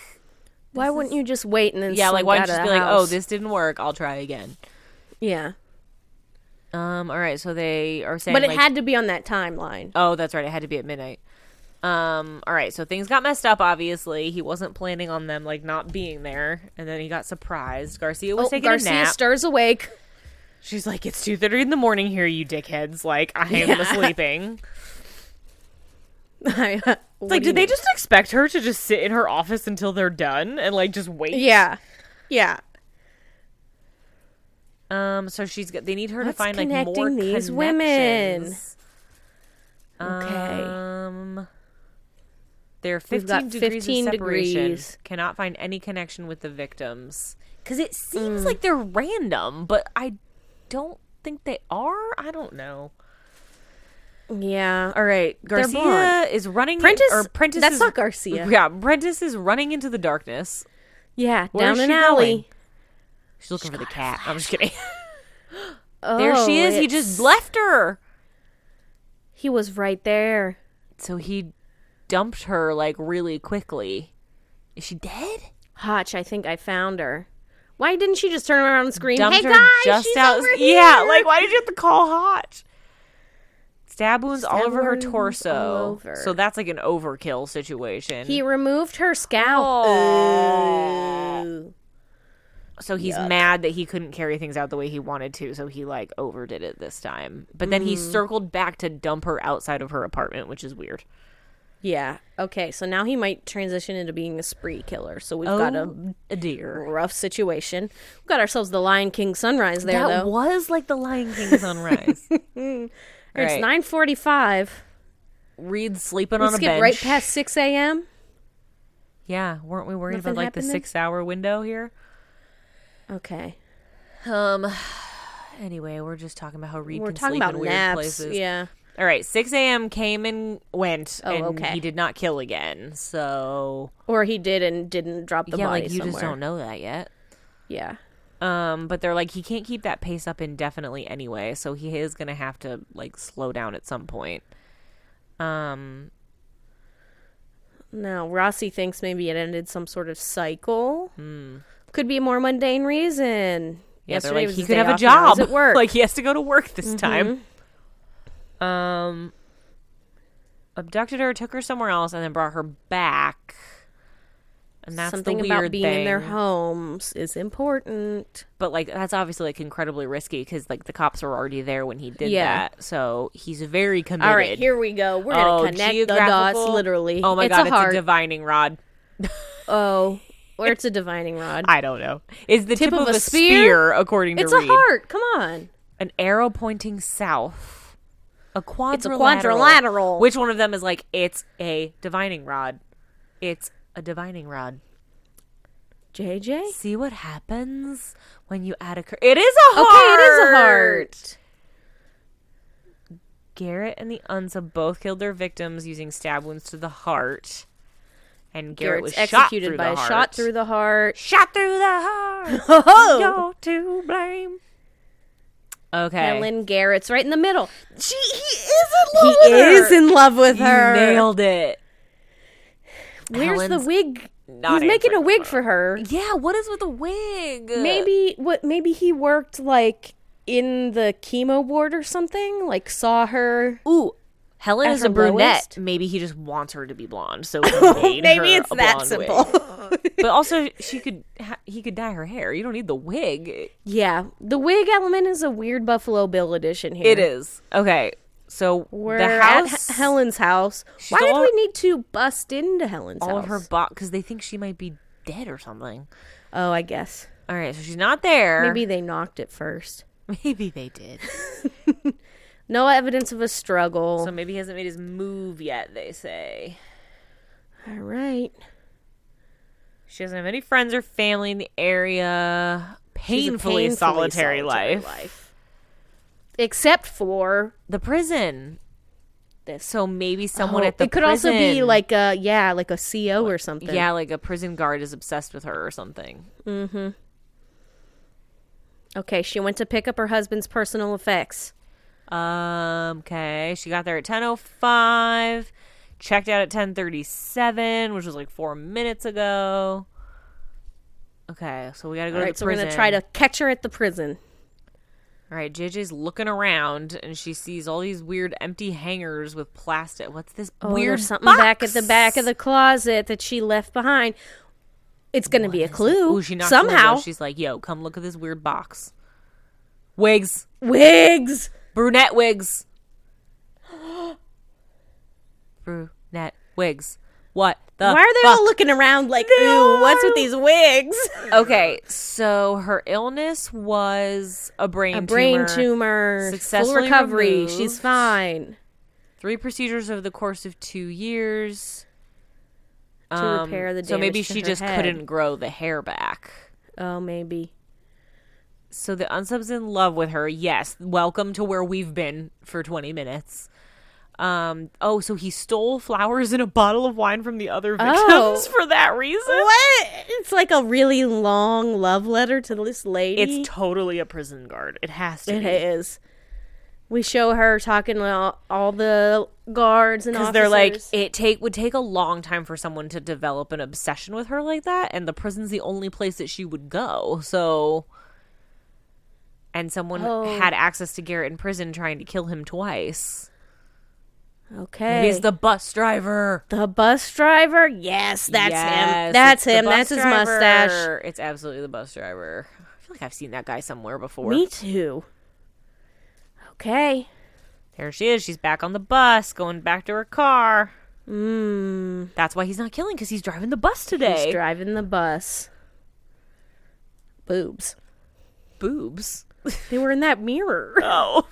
S2: Why wouldn't you just wait and then?
S1: yeah, like
S2: slink
S1: why don't you
S2: out
S1: just
S2: of
S1: be
S2: the
S1: like, oh,
S2: house?
S1: this didn't work. I'll try again.
S2: Yeah,
S1: Um. All right. So they are saying,
S2: but it
S1: like,
S2: had to be on that timeline.
S1: Oh, that's right. It had to be at midnight. Um, all right, so things got messed up obviously. He wasn't planning on them like not being there, and then he got surprised. Garcia was
S2: Oh,
S1: taking
S2: Garcia
S1: a nap. *laughs*
S2: stirs awake. *laughs*
S1: She's like, It's two thirty in the morning here, you dickheads. Like, I am
S2: Yeah.
S1: *laughs* sleeping. uh,
S2: like,
S1: like, did they just expect her to just sit in her office until they're done and like just wait?
S2: Yeah, yeah.
S1: Um, so she's got they need her
S2: What's
S1: to find like more
S2: connecting these women?
S1: connections.
S2: Okay.
S1: Um, they're 15
S2: We've got
S1: degrees
S2: 15
S1: of separation.
S2: degrees.
S1: Cannot find any connection with the victims. Mm. Because it seems like they're random, but I don't think they are. I don't know.
S2: Yeah.
S1: All right, Garcia
S2: blonde.
S1: is running.
S2: Prentice.
S1: or Prentice.
S2: That's
S1: is,
S2: not Garcia.
S1: Yeah, Prentice is running into the darkness.
S2: Yeah.
S1: Where
S2: down
S1: is
S2: an
S1: she
S2: alley.
S1: going? She's looking for the cat. I'm just kidding. *laughs* there she
S2: Oh,
S1: is. He
S2: it's-
S1: just left her.
S2: He was right there.
S1: So he dumped her like really quickly. Is she dead?
S2: Hotch, I think I found her. Why didn't she just turn around and scream,
S1: dumped
S2: "Hey
S1: her
S2: guys,
S1: just
S2: she's
S1: out.
S2: over here!"
S1: Yeah, like why did you have to call Hotch? Stab wounds all
S2: Stab
S1: over her
S2: wounds all
S1: torso.
S2: over.
S1: So that's like an overkill situation.
S2: he removed her scalp.
S1: Aw.
S2: Ooh.
S1: so he's mad that he couldn't carry things out the way he wanted to, so he like overdid
S2: Mm-hmm.
S1: it this time. But then he circled back to dump her outside of her apartment, which is weird.
S2: Yeah. Okay. So now he might transition into being a spree killer. So we've
S1: Oh,
S2: got a
S1: dear.
S2: rough situation. We've got ourselves the Lion King sunrise there,
S1: that
S2: though.
S1: was like the Lion King sunrise. All
S2: *laughs* It's
S1: right.
S2: nine forty-five.
S1: Reed's sleeping
S2: We
S1: on a
S2: skipped
S1: bench.
S2: right past six a.m.
S1: yeah, weren't we worried
S2: Nothing
S1: about like the
S2: happened then?
S1: six hour window here?
S2: Okay.
S1: Um. *sighs* Anyway, we're just talking about how Reed
S2: We're
S1: can
S2: talking
S1: sleep
S2: about
S1: in weird
S2: naps.
S1: places.
S2: Yeah.
S1: All right, six a.m. came and went,
S2: Oh,
S1: and
S2: okay.
S1: he did not kill again. So
S2: Or he did and didn't drop the
S1: yeah,
S2: body
S1: like you
S2: somewhere.
S1: just don't know that yet.
S2: Yeah.
S1: Um, but they're like he can't keep that pace up indefinitely anyway, so he is gonna have to like slow down at some point. Um,
S2: No, Rossi thinks maybe it ended some sort of cycle. Could be a more mundane reason.
S1: Hmm. yeah,
S2: Yesterday
S1: they're like
S2: was
S1: he
S2: his
S1: could
S2: day
S1: have a
S2: off and I
S1: *laughs*
S2: was
S1: job
S2: at work. Mm-hmm.
S1: like he has to go to work this time. Um, abducted her, took her somewhere else, and then brought her back. And that's
S2: something
S1: the weird
S2: about being in their
S1: thing.
S2: homes is important.
S1: but like that's obviously like incredibly risky because like the cops were already there when he did
S2: Yeah.
S1: that so he's very committed
S2: All right, here we go. We're
S1: Oh,
S2: gonna connect the dots
S1: geographical-
S2: literally.
S1: oh my
S2: it's
S1: god
S2: a
S1: it's
S2: heart.
S1: a divining rod *laughs*
S2: oh, or it's a divining rod.
S1: i don't know is the tip,
S2: of
S1: spear,
S2: a spear?
S1: according to
S2: it's a
S1: Reed.
S2: heart. Come on.
S1: an arrow pointing south a quadrilateral
S2: quadrilateral.
S1: which one of them is like it's a divining rod it's a divining rod
S2: JJ.
S1: see what happens when you add a cur- it is a
S2: Okay,
S1: heart
S2: it is a heart.
S1: Garrett and the Unsa both killed their victims using stab wounds to the heart. And Garrett
S2: Garrett's
S1: was executed
S2: executed
S1: through
S2: by
S1: the
S2: a
S1: heart.
S2: shot through the heart.
S1: Shot through the heart.
S2: *laughs* Oh,
S1: You're to blame. Okay.
S2: Helen Garrett's right in the middle.
S1: she, he is in
S2: He is in love with her.
S1: nailed it.
S2: Where's
S1: Helen's
S2: the wig?
S1: not
S2: He's making a
S1: answering
S2: wig
S1: the
S2: for her.
S1: Yeah, what is with the wig?
S2: Maybe what? Maybe he worked like in the chemo ward or something. Like saw her.
S1: Ooh. Helen
S2: At
S1: is a
S2: her
S1: brunette.
S2: lowest?
S1: Maybe he just wants her to be blonde, *laughs* so he made
S2: Maybe
S1: her
S2: it's
S1: a
S2: that
S1: blonde wig. *laughs*
S2: simple.
S1: But also, she could ha- he could dye her hair. You don't need the wig.
S2: *laughs* yeah, the wig element is a weird Buffalo Bill edition here.
S1: It is okay. So
S2: We're
S1: the house,
S2: at H- Helen's house. Why
S1: all-
S2: did we need to bust into Helen's
S1: all
S2: house?
S1: of her box, because they think she might be dead or something.
S2: oh, I guess
S1: All right, so she's not there.
S2: maybe they knocked it first.
S1: *laughs* maybe they did.
S2: No evidence of a
S1: *laughs*
S2: struggle.
S1: so maybe he hasn't made his move yet. They say
S2: all right.
S1: she doesn't have any friends or family in the area.
S2: She's a
S1: Painfully,
S2: painfully
S1: solitary, life.
S2: Except for
S1: The prison.
S2: This.
S1: So maybe someone
S2: Oh,
S1: at the
S2: it could also be
S1: prison-
S2: like a yeah, like a CO or something.
S1: yeah, like a prison guard is obsessed with her or something.
S2: Okay, she went to pick up her husband's personal effects.
S1: Um, okay. She got there at 10.05, checked out at 10.37, which was like four minutes ago. Okay, so we gotta go
S2: All
S1: to
S2: right,
S1: the
S2: so
S1: prison.
S2: we're gonna try to catch her at the prison.
S1: All right, JJ's looking around and she sees all these weird empty hangers with plastic. What's this
S2: Oh,
S1: weird
S2: there's something
S1: box?
S2: back at the back of the closet that she left behind. It's gonna be a clue.
S1: Ooh, she knocks on the
S2: Somehow,
S1: window. She's like, "Yo, come look at this weird box. Wigs,
S2: wigs.
S1: brunette wigs, brunette wigs. What the?
S2: Why are they
S1: fuck?
S2: all looking around like, ooh, what's with these wigs?
S1: Okay, so her illness was a brain
S2: A brain
S1: tumor.
S2: tumor. Full
S1: Successfully
S2: recovery.
S1: removed.
S2: She's fine.
S1: Three procedures over the course of two years to
S2: repair the
S1: Um, So maybe
S2: damage to
S1: she
S2: her
S1: just
S2: head.
S1: couldn't grow the hair back.
S2: Oh, maybe.
S1: So the unsub's in love with her. Yes, welcome to where we've been for twenty minutes. Um. Oh, so he stole flowers and a bottle of wine from the other victims *laughs*
S2: Oh.
S1: for that reason.
S2: What? It's like a really long love letter to this lady.
S1: It's totally a prison guard. It has to.
S2: It
S1: be.
S2: is. We show her talking to all, all the guards and
S1: because
S2: officers.
S1: they're like it take would take a long time for someone to develop an obsession with her like that and the prison's the only place that she would go so and someone
S2: Oh.
S1: had access to garrett in prison trying to kill him twice
S2: okay.
S1: he's the bus driver
S2: the bus driver. Yes, that's
S1: Yes,
S2: him. That's
S1: it's the
S2: him.
S1: bus
S2: That's his
S1: driver.
S2: mustache.
S1: it's absolutely the bus driver i feel like i've seen that guy somewhere before
S2: Me too. Okay.
S1: there she is she's back on the bus going back to her car
S2: Mm,
S1: That's why he's not killing because he's driving the bus today.
S2: he's driving the bus. Boobs.
S1: Boobs.
S2: They were in that *laughs* mirror.
S1: Oh. All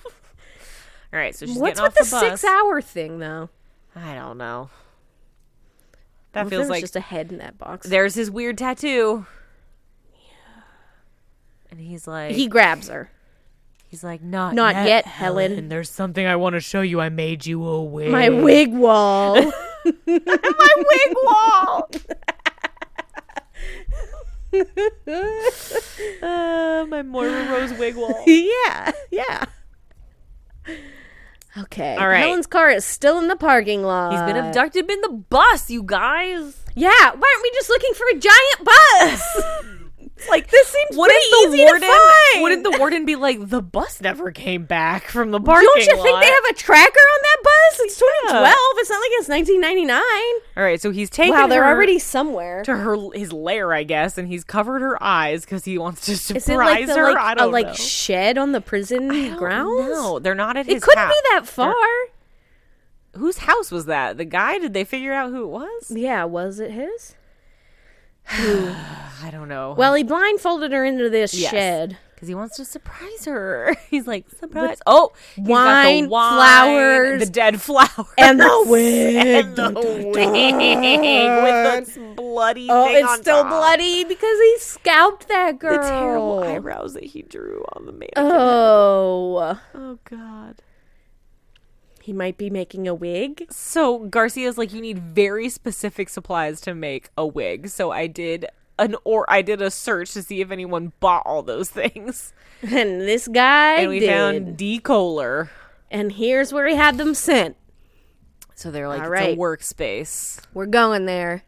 S1: right, so she's
S2: What's
S1: getting
S2: with
S1: off the,
S2: the,
S1: bus.
S2: six hour thing though?
S1: I don't know. That
S2: What if there
S1: feels
S2: was
S1: like
S2: just a head in that box.
S1: there's his weird tattoo. And he's like,
S2: He grabs her.
S1: he's like, not,
S2: Not
S1: yet,
S2: yet,
S1: Helen.
S2: Helen."
S1: There's something I want to show you. I made you a wig. *laughs*
S2: My wig wall.
S1: my wig wall. *laughs* uh, my Moira Rose wig
S2: *laughs*
S1: wall.
S2: yeah, yeah. Okay.
S1: All right.
S2: Helen's car is still in the parking lot.
S1: He's been abducted in the bus, you guys.
S2: Yeah. Why aren't we just looking for a
S1: *laughs*
S2: giant bus? It's like this seems
S1: Wouldn't
S2: pretty
S1: the
S2: easy
S1: warden?
S2: to find.
S1: Wouldn't the warden be like the bus never came back from the parking
S2: Don't you think
S1: lot?"
S2: they have a tracker on that bus? It's 2012.
S1: Yeah.
S2: It's not like it's 1999.
S1: All right, so he's taking
S2: Wow, they're
S1: her
S2: already somewhere.
S1: to her his lair, I guess, and he's covered her eyes because he wants to surprise
S2: Is it like the,
S1: her.
S2: like,
S1: I don't
S2: a like
S1: know.
S2: shed on the prison grounds?
S1: No, they're not at
S2: It
S1: his.
S2: couldn't
S1: house.
S2: be that far.
S1: They're- Whose house was that? The guy? Did they figure out who it was?
S2: Yeah, was
S1: *sighs*
S2: it his?
S1: I don't know.
S2: Well, he blindfolded her into this
S1: Yes.
S2: shed.
S1: because he wants to surprise her. *laughs* He's like surprise. oh, he's got the
S2: wine, flowers,
S1: the dead flowers,
S2: and the
S1: *laughs*
S2: wig.
S1: and the wig with the bloody.
S2: Oh,
S1: thing
S2: it's
S1: on
S2: still
S1: top.
S2: bloody because he scalped that girl.
S1: The terrible eyebrows that he drew on the mannequin.
S2: Oh,
S1: oh God.
S2: he might be making a wig. *laughs*
S1: So Garcia's like, you need very specific supplies to make a wig. So I did an or I did a search to see if anyone bought all those *laughs* things,
S2: And this guy
S1: and we
S2: did.
S1: found D. Kohler.
S2: And here's where he had them sent.
S1: So they're like,
S2: All
S1: it's a
S2: right.
S1: workspace.
S2: We're going there.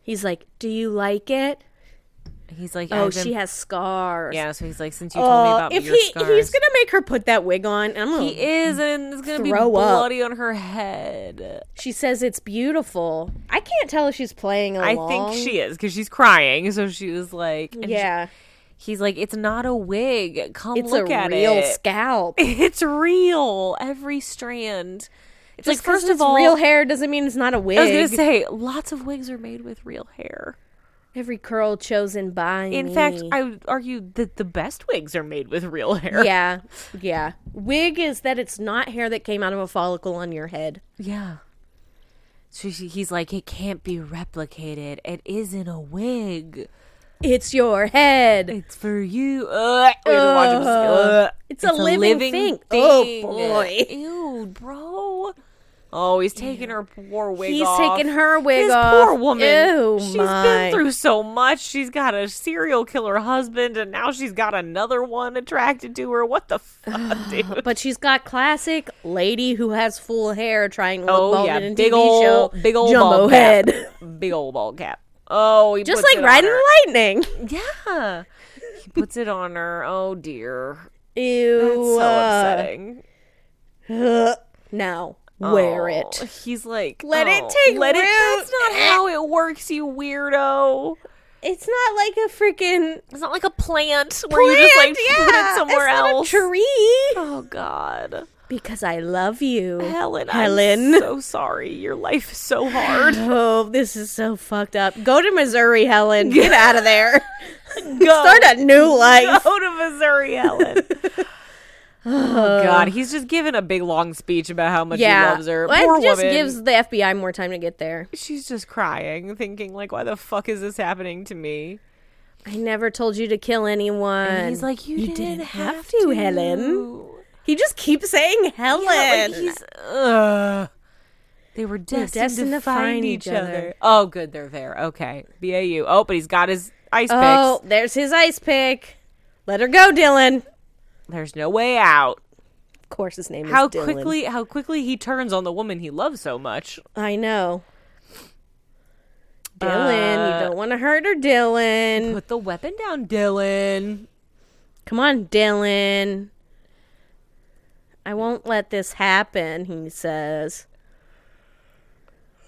S2: He's like, "Do you like it?"
S1: He's like,
S2: Oh,
S1: I've been-
S2: she has scars.
S1: Yeah, so he's like, since you told me
S2: Oh,
S1: about
S2: if
S1: your
S2: he
S1: scars,
S2: he's gonna make her put that wig on, and I'm gonna,
S1: he is, and it's gonna be
S2: Throw up.
S1: bloody on her head.
S2: she says it's beautiful. I can't tell if she's playing
S1: I
S2: along.
S1: think she is because she's crying. So she was like, and she-
S2: Yeah,
S1: he's like, it's not a wig. Come
S2: it's
S1: look
S2: a
S1: at
S2: real
S1: it.
S2: scalp.
S1: it's real. Every strand. It's like
S2: Just 'cause
S1: first of
S2: it's
S1: all,
S2: real hair doesn't mean it's not a wig.
S1: I was gonna say lots of wigs are made with real hair.
S2: Every curl chosen by
S1: In
S2: me.
S1: fact, I would argue that the best wigs are made with real hair.
S2: yeah, yeah. Wig is that it's not hair that came out of a follicle on your head.
S1: Yeah. So she, he's like, it can't be replicated. It isn't a wig.
S2: It's your head.
S1: It's for you. Ugh. We had to watch him just- ugh.
S2: It's a living thing. Oh, boy.
S1: Ew, bro. Oh, he's taking her poor wig
S2: He's
S1: off.
S2: taking her wig
S1: this
S2: off.
S1: poor woman.
S2: Ew,
S1: she's
S2: my.
S1: been through so much. She's got a serial killer husband, and now she's got another one attracted to her. What the *sighs* fuck, dude?
S2: But she's got classic lady who has full hair trying to look
S1: Oh,
S2: bald
S1: yeah,
S2: in a
S1: big
S2: TV
S1: ol-
S2: show.
S1: big ol'
S2: jumbo
S1: bald cap.
S2: head,
S1: Big old bald cap. Oh, he
S2: *laughs* just
S1: puts
S2: like
S1: it on
S2: riding
S1: her.
S2: the lightning.
S1: Yeah, he puts it on her. Oh dear,
S2: Ew,
S1: that's so
S2: uh,
S1: upsetting.
S2: ugh. *sighs* Now wear
S1: Oh,
S2: it.
S1: He's like,
S2: Let it
S1: oh,
S2: take
S1: let It,
S2: root.
S1: that's not how it works, you weirdo.
S2: It's not like a freaking
S1: It's not like a plant where you just like
S2: plant, yeah.
S1: put it somewhere
S2: it's not a
S1: else.
S2: tree.
S1: *sighs* Oh God,
S2: Because I love you.
S1: Helen,
S2: Helen.
S1: I'm so sorry. Your life is so hard. *laughs*
S2: Oh, this is so fucked up. Go to
S1: *laughs*
S2: Missouri, Helen. Get out of there.
S1: Go,
S2: Start a new life.
S1: go to Missouri, Helen. *laughs* oh God, he's just giving a big long speech about how much he
S2: Yeah,
S1: loves her.
S2: Well, it
S1: Poor
S2: just
S1: woman.
S2: gives the FBI more time to get there.
S1: She's just crying, thinking like, "Why the fuck is this happening to me?"
S2: I never told you to kill anyone.
S1: And he's like, "You, didn't, have,
S2: to, Helen." he just keeps saying Helen.
S1: Yeah, like he's ugh. They were destined,
S2: destined
S1: to, find, each, other. Oh, good, they're there. Okay, BAU. Oh, but he's got his ice
S2: oh, there's his ice pick. Let her go, Dylan.
S1: picks. There's no way out.
S2: Of course, his name
S1: How
S2: is Dylan.
S1: quickly, how quickly he turns on the woman he loves so much.
S2: I know. Dylan,
S1: Uh,
S2: you don't want to hurt her, Dylan.
S1: Put the weapon down, Dylan.
S2: Come on, Dylan. I won't let this happen, he says.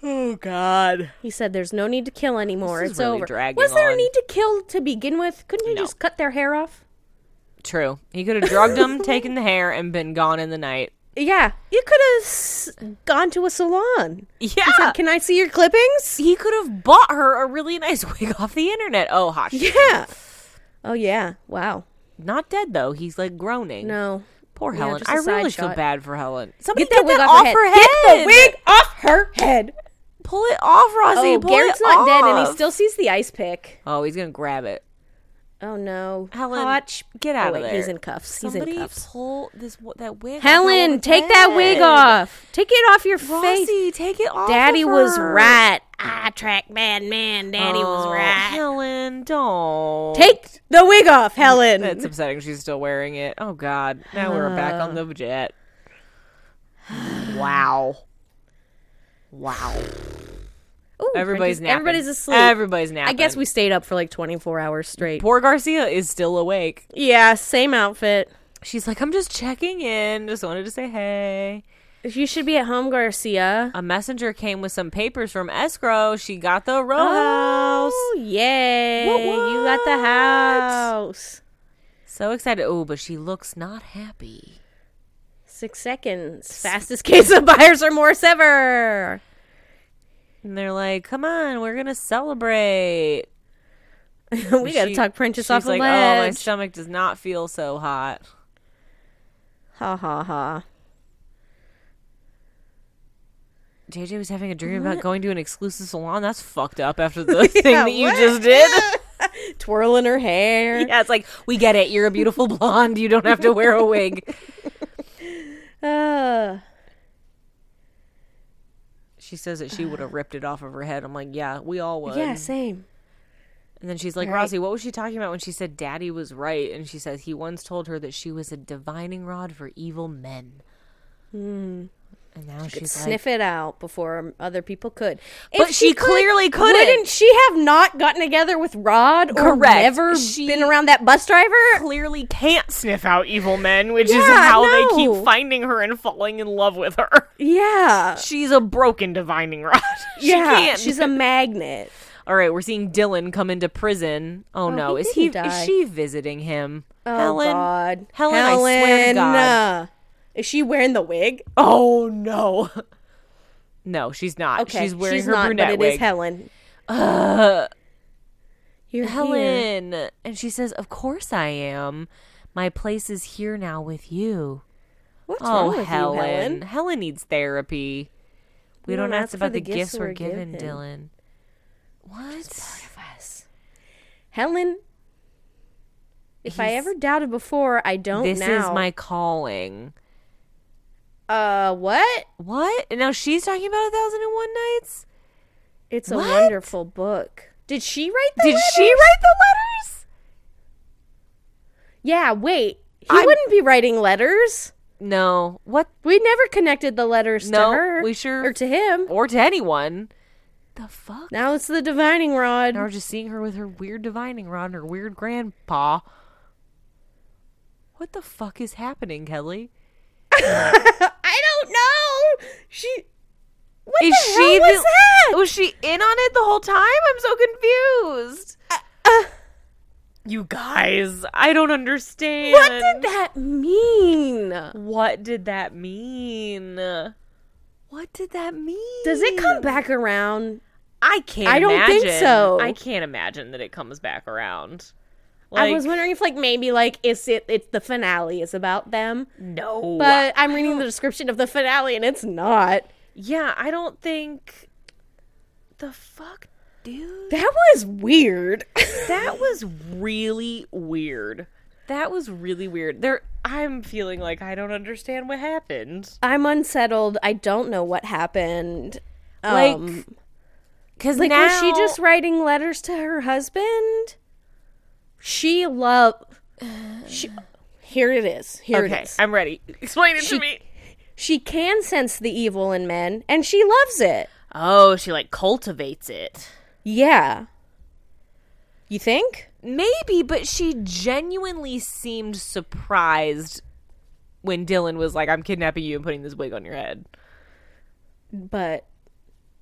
S1: Oh God.
S2: He said there's no need to kill anymore.
S1: This is
S2: it's
S1: really
S2: over.
S1: dragging
S2: Was there
S1: on.
S2: a need to kill to begin with? Couldn't he
S1: No.
S2: just cut their hair off? *laughs*
S1: True. He could have drugged him, taken the hair, and been gone in the night.
S2: yeah, you could have s- gone to a salon.
S1: Yeah.
S2: Said, Can I see your clippings?
S1: he could have bought her a really nice *laughs* wig off the internet. Oh, hot shit.
S2: Yeah. Oh yeah. Wow.
S1: Not dead though. He's like groaning.
S2: No.
S1: Poor
S2: Yeah,
S1: Helen.
S2: just a
S1: I
S2: side
S1: really feel
S2: shot.
S1: bad for Helen. Somebody
S2: Get that wig off, her head. Get the wig off her head.
S1: Pull it off, Rosie.
S2: Oh,
S1: Pull
S2: Garrett's
S1: it
S2: not dead, and
S1: off.
S2: he still sees the ice pick.
S1: Oh, he's gonna grab it.
S2: Oh no,
S1: Helen,
S2: Hotch.
S1: get
S2: Oh,
S1: out of
S2: wait,
S1: there.
S2: He's in cuffs.
S1: Somebody
S2: he's in cuffs.
S1: pull this w- that wig. off that
S2: Helen,
S1: woman's
S2: take that wig
S1: head.
S2: off. Take it off your face.
S1: Rosie, take it off.
S2: Daddy
S1: of
S2: was
S1: her.
S2: right. I track bad man. Daddy was
S1: Oh,
S2: right.
S1: Helen, don't.
S2: Take the wig off, Helen.
S1: That's upsetting. She's still wearing it. Oh God. Now we're back on the
S2: *sighs*
S1: jet. Wow. Wow.
S2: Ooh,
S1: Everybody's
S2: Frankie's-
S1: napping.
S2: Everybody's asleep.
S1: Everybody's napping.
S2: I guess we stayed up for like 24 hours straight.
S1: Poor Garcia is still awake.
S2: Yeah, same outfit.
S1: She's like, I'm just checking in. Just wanted to say hey.
S2: You should be at home, Garcia.
S1: A messenger came with some papers from escrow. She got the row
S2: Oh,
S1: house.
S2: yay.
S1: What,
S2: You got the
S1: what?
S2: house.
S1: So excited. Oh, but she looks not happy.
S2: Six seconds. Fastest case of buyer's remorse ever. *laughs*
S1: And they're like, come on, we're going to celebrate.
S2: we got to
S1: She-
S2: talk Prentice
S1: She's
S2: off the
S1: like,
S2: ledge.
S1: oh, my stomach does not feel so hot.
S2: ha
S1: *laughs*
S2: ha ha.
S1: JJ was having a dream about going to an exclusive salon. That's fucked up
S2: *laughs*
S1: after the thing that you
S2: what?
S1: just did.
S2: *laughs* Twirling her hair.
S1: *laughs* Yeah, it's like, we get it. You're a beautiful blonde. You don't have to wear a
S2: *laughs*
S1: wig.
S2: Uh,
S1: She says that she would have ripped it off of her head. I'm like, yeah, we all would.
S2: yeah, same.
S1: And then she's like, Rosie, what was she talking about when she said daddy was right? And she says he once told her that she was a divining rod for evil men. Hmm. And now she's like,
S2: Sniff it out before other people could.
S1: But
S2: If
S1: she clearly couldn't.
S2: Wouldn't she have not gotten together with Rod or
S1: Correct.
S2: never
S1: She-
S2: been around that bus driver?
S1: clearly can't sniff out evil men, which is
S2: Yeah,
S1: how they
S2: no.
S1: keep finding her and falling in love with her. *laughs*
S2: Yeah.
S1: She's a broken divining rod. *laughs* she
S2: yeah.
S1: can't.
S2: She's a magnet.
S1: All right, we're seeing Dylan come into prison. Oh, no,
S2: he
S1: is he?
S2: didn't die.
S1: Is she visiting him?
S2: Oh,
S1: Helen.
S2: God.
S1: Helen, I swear to God.
S2: Helen, uh, Is she wearing the wig?
S1: Oh no. *laughs* No, she's not.
S2: Okay.
S1: she's wearing
S2: she's
S1: her
S2: not,
S1: brunette
S2: but it is
S1: wig.
S2: Helen.
S1: *sighs* *laughs*
S2: You're here.
S1: Helen, and she says, "Of course I am. My place is here now with you."
S2: What's
S1: oh,
S2: wrong with
S1: Helen.
S2: you, Helen?
S1: needs therapy. We, don't, ask about the gifts we're given, Dylan. What?
S2: Helen, if I ever doubted before, I don't
S1: This
S2: now.
S1: is my calling.
S2: uh what?
S1: What? And now she's talking about a thousand and one nights.
S2: It's a
S1: What?
S2: wonderful book. Did she write the
S1: Did
S2: letter?
S1: she write the letters?
S2: Yeah, wait. He
S1: I'm-
S2: wouldn't be writing letters.
S1: No. What?
S2: We never connected the letters
S1: No,
S2: to her.
S1: we sure-
S2: or to him.
S1: Or to anyone? The fuck?
S2: Now it's the divining rod.
S1: Now we're just seeing her with her weird divining rod and her weird grandpa. What the fuck is happening, Kelly?
S2: *laughs* I don't know. She What
S1: Is
S2: the hell
S1: she
S2: was
S1: the-
S2: that?
S1: Was she in on it the whole time? I'm so confused.
S2: Uh,
S1: you guys, I don't understand.
S2: What did that mean?
S1: What did that mean? What did that mean?
S2: Does it come back around?
S1: I can't.
S2: I don't think
S1: imagine-
S2: so.
S1: I can't imagine that it comes back around.
S2: I was wondering if like maybe like is it it's the finale is about them.
S1: no,
S2: But I'm reading the description of the finale and it's not.
S1: Yeah, I don't think the fuck, dude.
S2: That was weird. *laughs*
S1: That was really weird. That was really weird. There I'm feeling like I don't understand what happened.
S2: I'm unsettled. I don't know what happened.
S1: Like,
S2: Um,
S1: Cuz
S2: like was she just writing letters to her husband? She love she, Here it is. Here
S1: Okay,
S2: it is.
S1: I'm ready. Explain it
S2: She-
S1: to me.
S2: She can sense the evil in men and she loves it.
S1: Oh, she like cultivates it.
S2: Yeah. You think?
S1: Maybe, but she genuinely seemed surprised when Dylan was like, "I'm kidnapping you and putting this wig on your head."
S2: But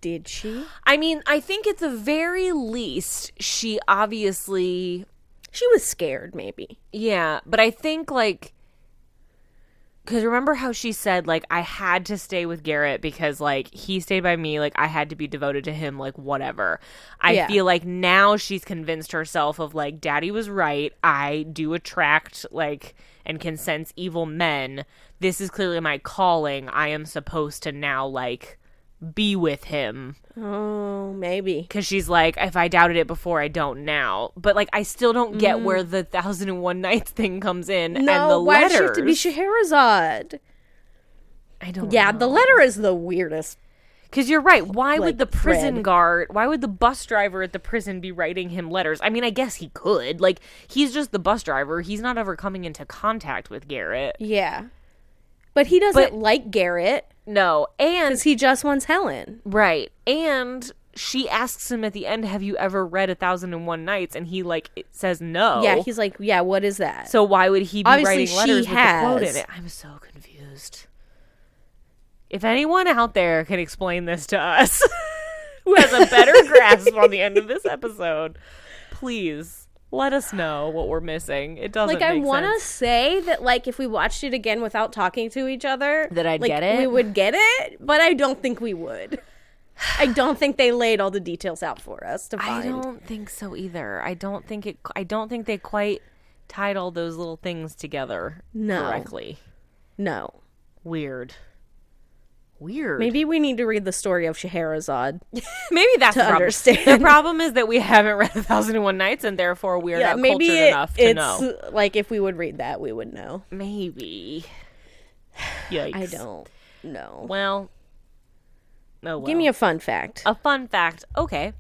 S2: did she?
S1: I mean, I think at the very least, she obviously
S2: She was scared maybe.
S1: Yeah, but I think like because remember how she said like I had to stay with Garrett because like he stayed by me like I had to be devoted to him like whatever. I
S2: Yeah.
S1: feel like now she's convinced herself of like daddy was right. I do attract like and can sense evil men. This is clearly my calling. I am supposed to now like be with him
S2: Oh, maybe.
S1: because she's like, if I doubted it before, I don't now. But like, I still don't get where the thousand and one *laughs* nights thing comes in. and the
S2: Mm. No, why does she
S1: letters.
S2: have to be Scheherazade?
S1: I don't.
S2: Yeah, the letter is the weirdest.
S1: because you're right. Why
S2: like,
S1: would the prison
S2: thread.
S1: guard? Why would the bus driver at the prison be writing him letters? I mean, I guess he could. Like, he's just the bus driver. He's not ever coming into contact with Garrett.
S2: Yeah. But he doesn't
S1: But-
S2: like Garrett
S1: No, and
S2: because he just wants Helen.
S1: right, and she asks him at the end, "Have you ever read a thousand and one nights?" And he like it says no.
S2: Yeah, he's like, yeah, what is that?
S1: Oh. So why would he be
S2: Obviously,
S1: writing
S2: she
S1: letters with the quote
S2: has.
S1: in it? I'm so confused. If anyone out there can explain this to us, *laughs* who has a *laughs* better grasp on the end of this episode, please let us know what we're missing. It doesn't
S2: like I
S1: make
S2: want to
S1: sense.
S2: say that like if we watched it again without talking to each other,
S1: That I'd
S2: like,
S1: get it?
S2: We would get it, but I don't think we would. I don't think they laid all the details out for us to
S1: I
S2: find.
S1: don't think so either. I don't think it. I don't think they quite tied all those little things together
S2: No.
S1: correctly.
S2: No,
S1: Weird. Weird.
S2: maybe we need to read the story of Scheherazade.
S1: Maybe that's *laughs* the problem.
S2: understand.
S1: The problem is that we haven't read A Thousand and One Nights, and therefore we are
S2: Yeah,
S1: not
S2: maybe
S1: cultured
S2: it-
S1: enough to
S2: it's
S1: know.
S2: like if we would read that, we would know.
S1: Maybe. Yikes.
S2: I don't know.
S1: Well. Oh well.
S2: Give me a fun fact.
S1: a fun fact. Okay.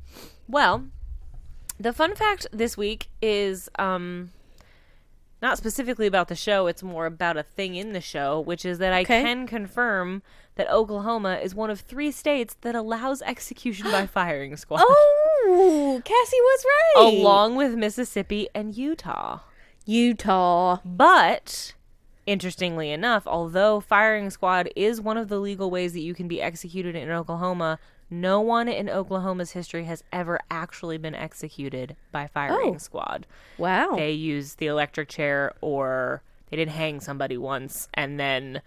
S1: Well, the fun fact this week is um not specifically about the show, it's more about a thing in the show, which is that
S2: Okay.
S1: I can confirm that Oklahoma is one of 3 states that allows execution
S2: *gasps*
S1: by firing squad.
S2: Oh, Cassie was right.
S1: Along with Mississippi and Utah.
S2: Utah.
S1: But interestingly enough, although firing squad is one of the legal ways that you can be executed in Oklahoma, no one in Oklahoma's history has ever actually been executed by firing
S2: Oh.
S1: squad.
S2: Wow.
S1: They used the electric chair or they did hang somebody once and then,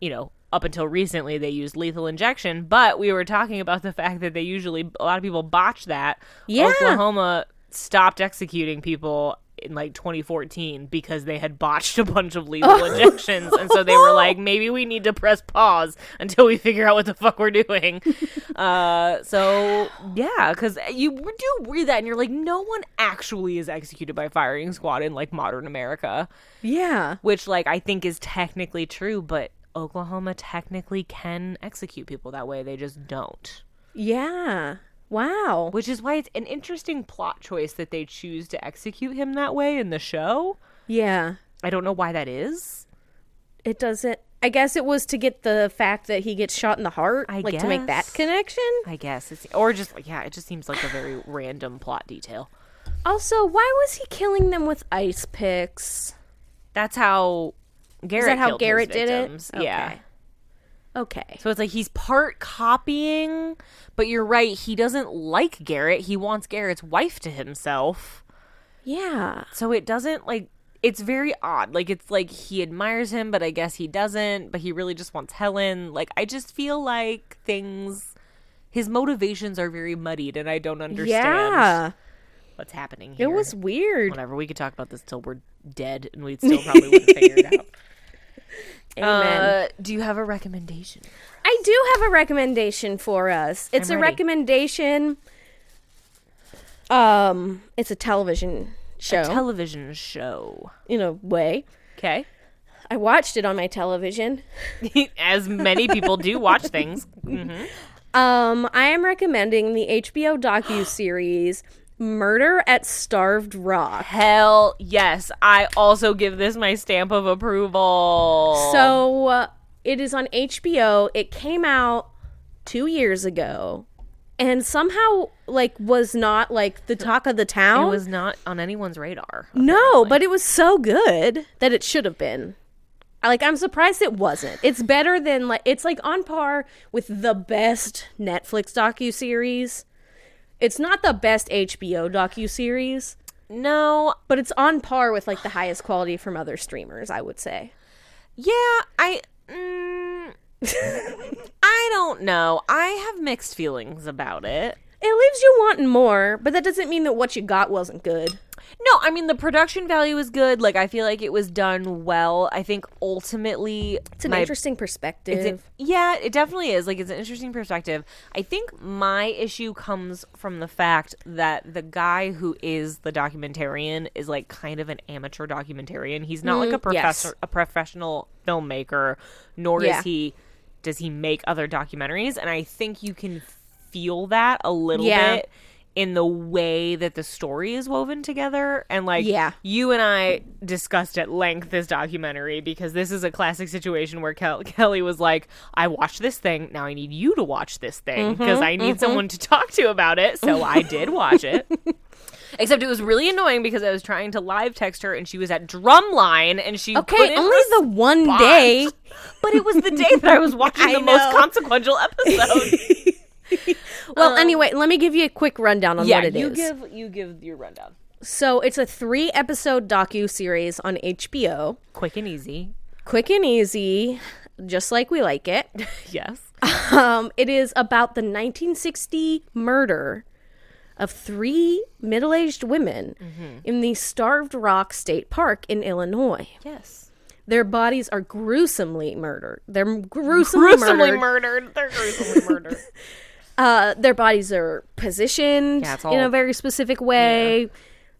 S1: you know, up until recently they used lethal injection, but we were talking about the fact that they usually a lot of people botch that.
S2: Yeah.
S1: Oklahoma stopped executing people in like 2014 because they had botched a bunch of lethal injections and so they were like maybe we need to press pause until we figure out what the fuck we're doing uh so yeah because you do read that and you're like no one actually is executed by firing squad in like modern america
S2: yeah.
S1: which like i think is technically true but oklahoma technically can execute people that way they just don't
S2: Yeah. Wow.
S1: which is why it's an interesting plot choice that they choose to execute him that way in the show.
S2: Yeah.
S1: I don't know why that is.
S2: It doesn't. I guess it was to get the fact that he gets shot in the heart,
S1: I
S2: like to make that
S1: guess.
S2: connection.
S1: I guess it's or just like yeah, it just seems like a very
S2: *sighs*
S1: random plot detail.
S2: Also, why was he killing them with ice picks?
S1: That's how Garrett.
S2: how
S1: killed his
S2: Garrett did it?
S1: victims. Yeah.
S2: Okay. Okay.
S1: So it's like he's part copying, but you're right. He doesn't like Garrett. He wants Garrett's wife to himself.
S2: Yeah.
S1: so it doesn't like it's very odd like it's like he admires him but i guess he doesn't but he really just wants helen like i just feel like things his motivations are very muddied and i don't understand
S2: Yeah.
S1: what's happening
S2: It
S1: here
S2: was weird.
S1: whatever we could talk about this till we're dead and we'd still probably wouldn't *laughs* figure it out
S2: Amen.
S1: Uh, do you have a recommendation
S2: I do have a recommendation for us. It's
S1: I'm
S2: a
S1: ready.
S2: recommendation. Um, it's a television show
S1: television show
S2: in a way.
S1: okay *laughs*
S2: I watched it on my television.
S1: as many people do watch things
S2: Um, I am recommending the HBO docu series "Murder at Starved
S1: *laughs*
S2: Rock."
S1: hell yes i also give this my stamp of approval
S2: So uh, it is on HBO. It came out two years ago, and somehow like was not like the talk of the town.
S1: It was not on anyone's radar.
S2: no, but it was so good that it should have been. Like I'm surprised it wasn't. It's better than like it's like on par with the best Netflix docu series. It's not the best HBO docu series,
S1: No, *laughs*
S2: but it's on par with like the highest quality from other streamers. I would say.
S1: Yeah, I. Mm, I don't know. I have mixed feelings about it.
S2: It leaves you wanting more, but that doesn't mean that what you got wasn't good.
S1: No, I mean the production value is good. Like I feel like it was done well. I think ultimately
S2: It's an
S1: my-
S2: interesting perspective.
S1: it's an- yeah, it definitely is. Like it's an interesting perspective. I think my issue comes from the fact that the guy who is the documentarian is like kind of an amateur documentarian. He's not like a
S2: Mm-hmm. yes.
S1: professor a professional filmmaker, nor
S2: Yeah.
S1: is he does he make other documentaries and I think you can feel that a little
S2: Yeah.
S1: bit in the way that the story is woven together and like
S2: Yeah.
S1: you and I discussed at length this documentary because this is a classic situation where Kel- Kelly was like, I watched this thing. Now I need you to watch this thing
S2: Mm-hmm,
S1: because I need someone to talk to about it. So I did watch
S2: *laughs*
S1: it. Except it was really annoying because I was trying to live text her and she was at drumline and she
S2: okay,
S1: couldn't
S2: only the one
S1: respond. *laughs*
S2: day.
S1: But it was the day that I
S2: *laughs*
S1: was watching
S2: I
S1: the most
S2: know.
S1: consequential
S2: *laughs*
S1: episode.
S2: Well, anyway, let me give you a quick rundown on what it is.
S1: Um, you give you give your rundown.
S2: so it's a three episode docu series on HBO.
S1: Quick and easy.
S2: Quick and easy, just like we like it. *laughs*
S1: Yes.
S2: Um, it is about the 1960 murder of three middle aged women
S1: Mm-hmm.
S2: in the Starved Rock State Park in Illinois.
S1: Yes.
S2: Their bodies are gruesomely murdered. They're m- gruesomely,
S1: Gruesomely
S2: murdered.
S1: murdered. They're *laughs* gruesomely murdered.
S2: uh, their bodies are positioned
S1: Yeah, it's
S2: in a
S1: all-
S2: very specific way.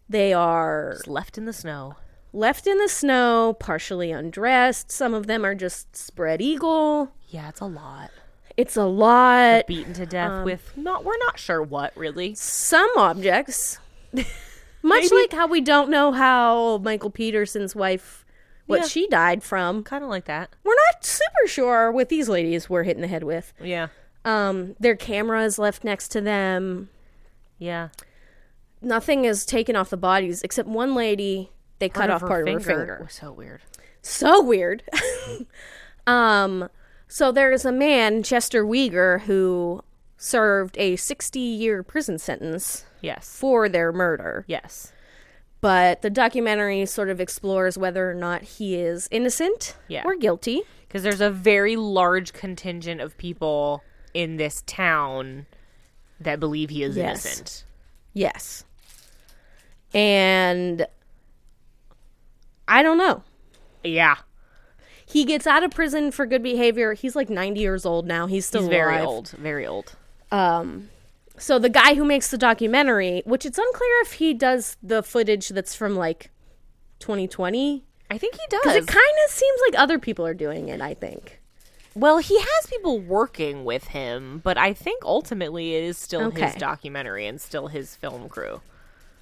S2: They are
S1: left in the snow.
S2: left in the snow, partially undressed. Some of them are just spread eagle.
S1: Yeah, it's a lot.
S2: It's a lot.
S1: Beaten to death with not we're not sure what really.
S2: some objects. *laughs* Much like how we don't know how Michael Peterson's wife, what
S1: Yeah.
S2: she died from.
S1: Kind of like that.
S2: We're not super sure what these ladies were hit in the head with.
S1: Yeah.
S2: Um, their camera is left next to them.
S1: Yeah.
S2: Nothing is taken off the bodies except one lady. They cut off part of her finger.
S1: so weird.
S2: so weird. *laughs* um, so there is a man, Chester Uyghur, who served a 60 year prison sentence
S1: Yes.
S2: for their murder.
S1: Yes.
S2: But the documentary sort of explores whether or not he is innocent
S1: Yeah.
S2: or guilty.
S1: Because there's a very large contingent of people in this town that believe he is
S2: Yes.
S1: innocent.
S2: Yes. And I don't know.
S1: Yeah.
S2: He gets out of prison for good behavior. He's like 90 years old now. He's still
S1: He's very
S2: alive.
S1: old. Very old.
S2: Um, so the guy who makes the documentary, which it's unclear if he does the footage that's from like 2020,
S1: I think he
S2: because
S1: does.
S2: it kind of seems like other people are doing it. I think.
S1: well, he has people working with him, but I think ultimately it is still his
S2: Okay.
S1: documentary and still his film crew.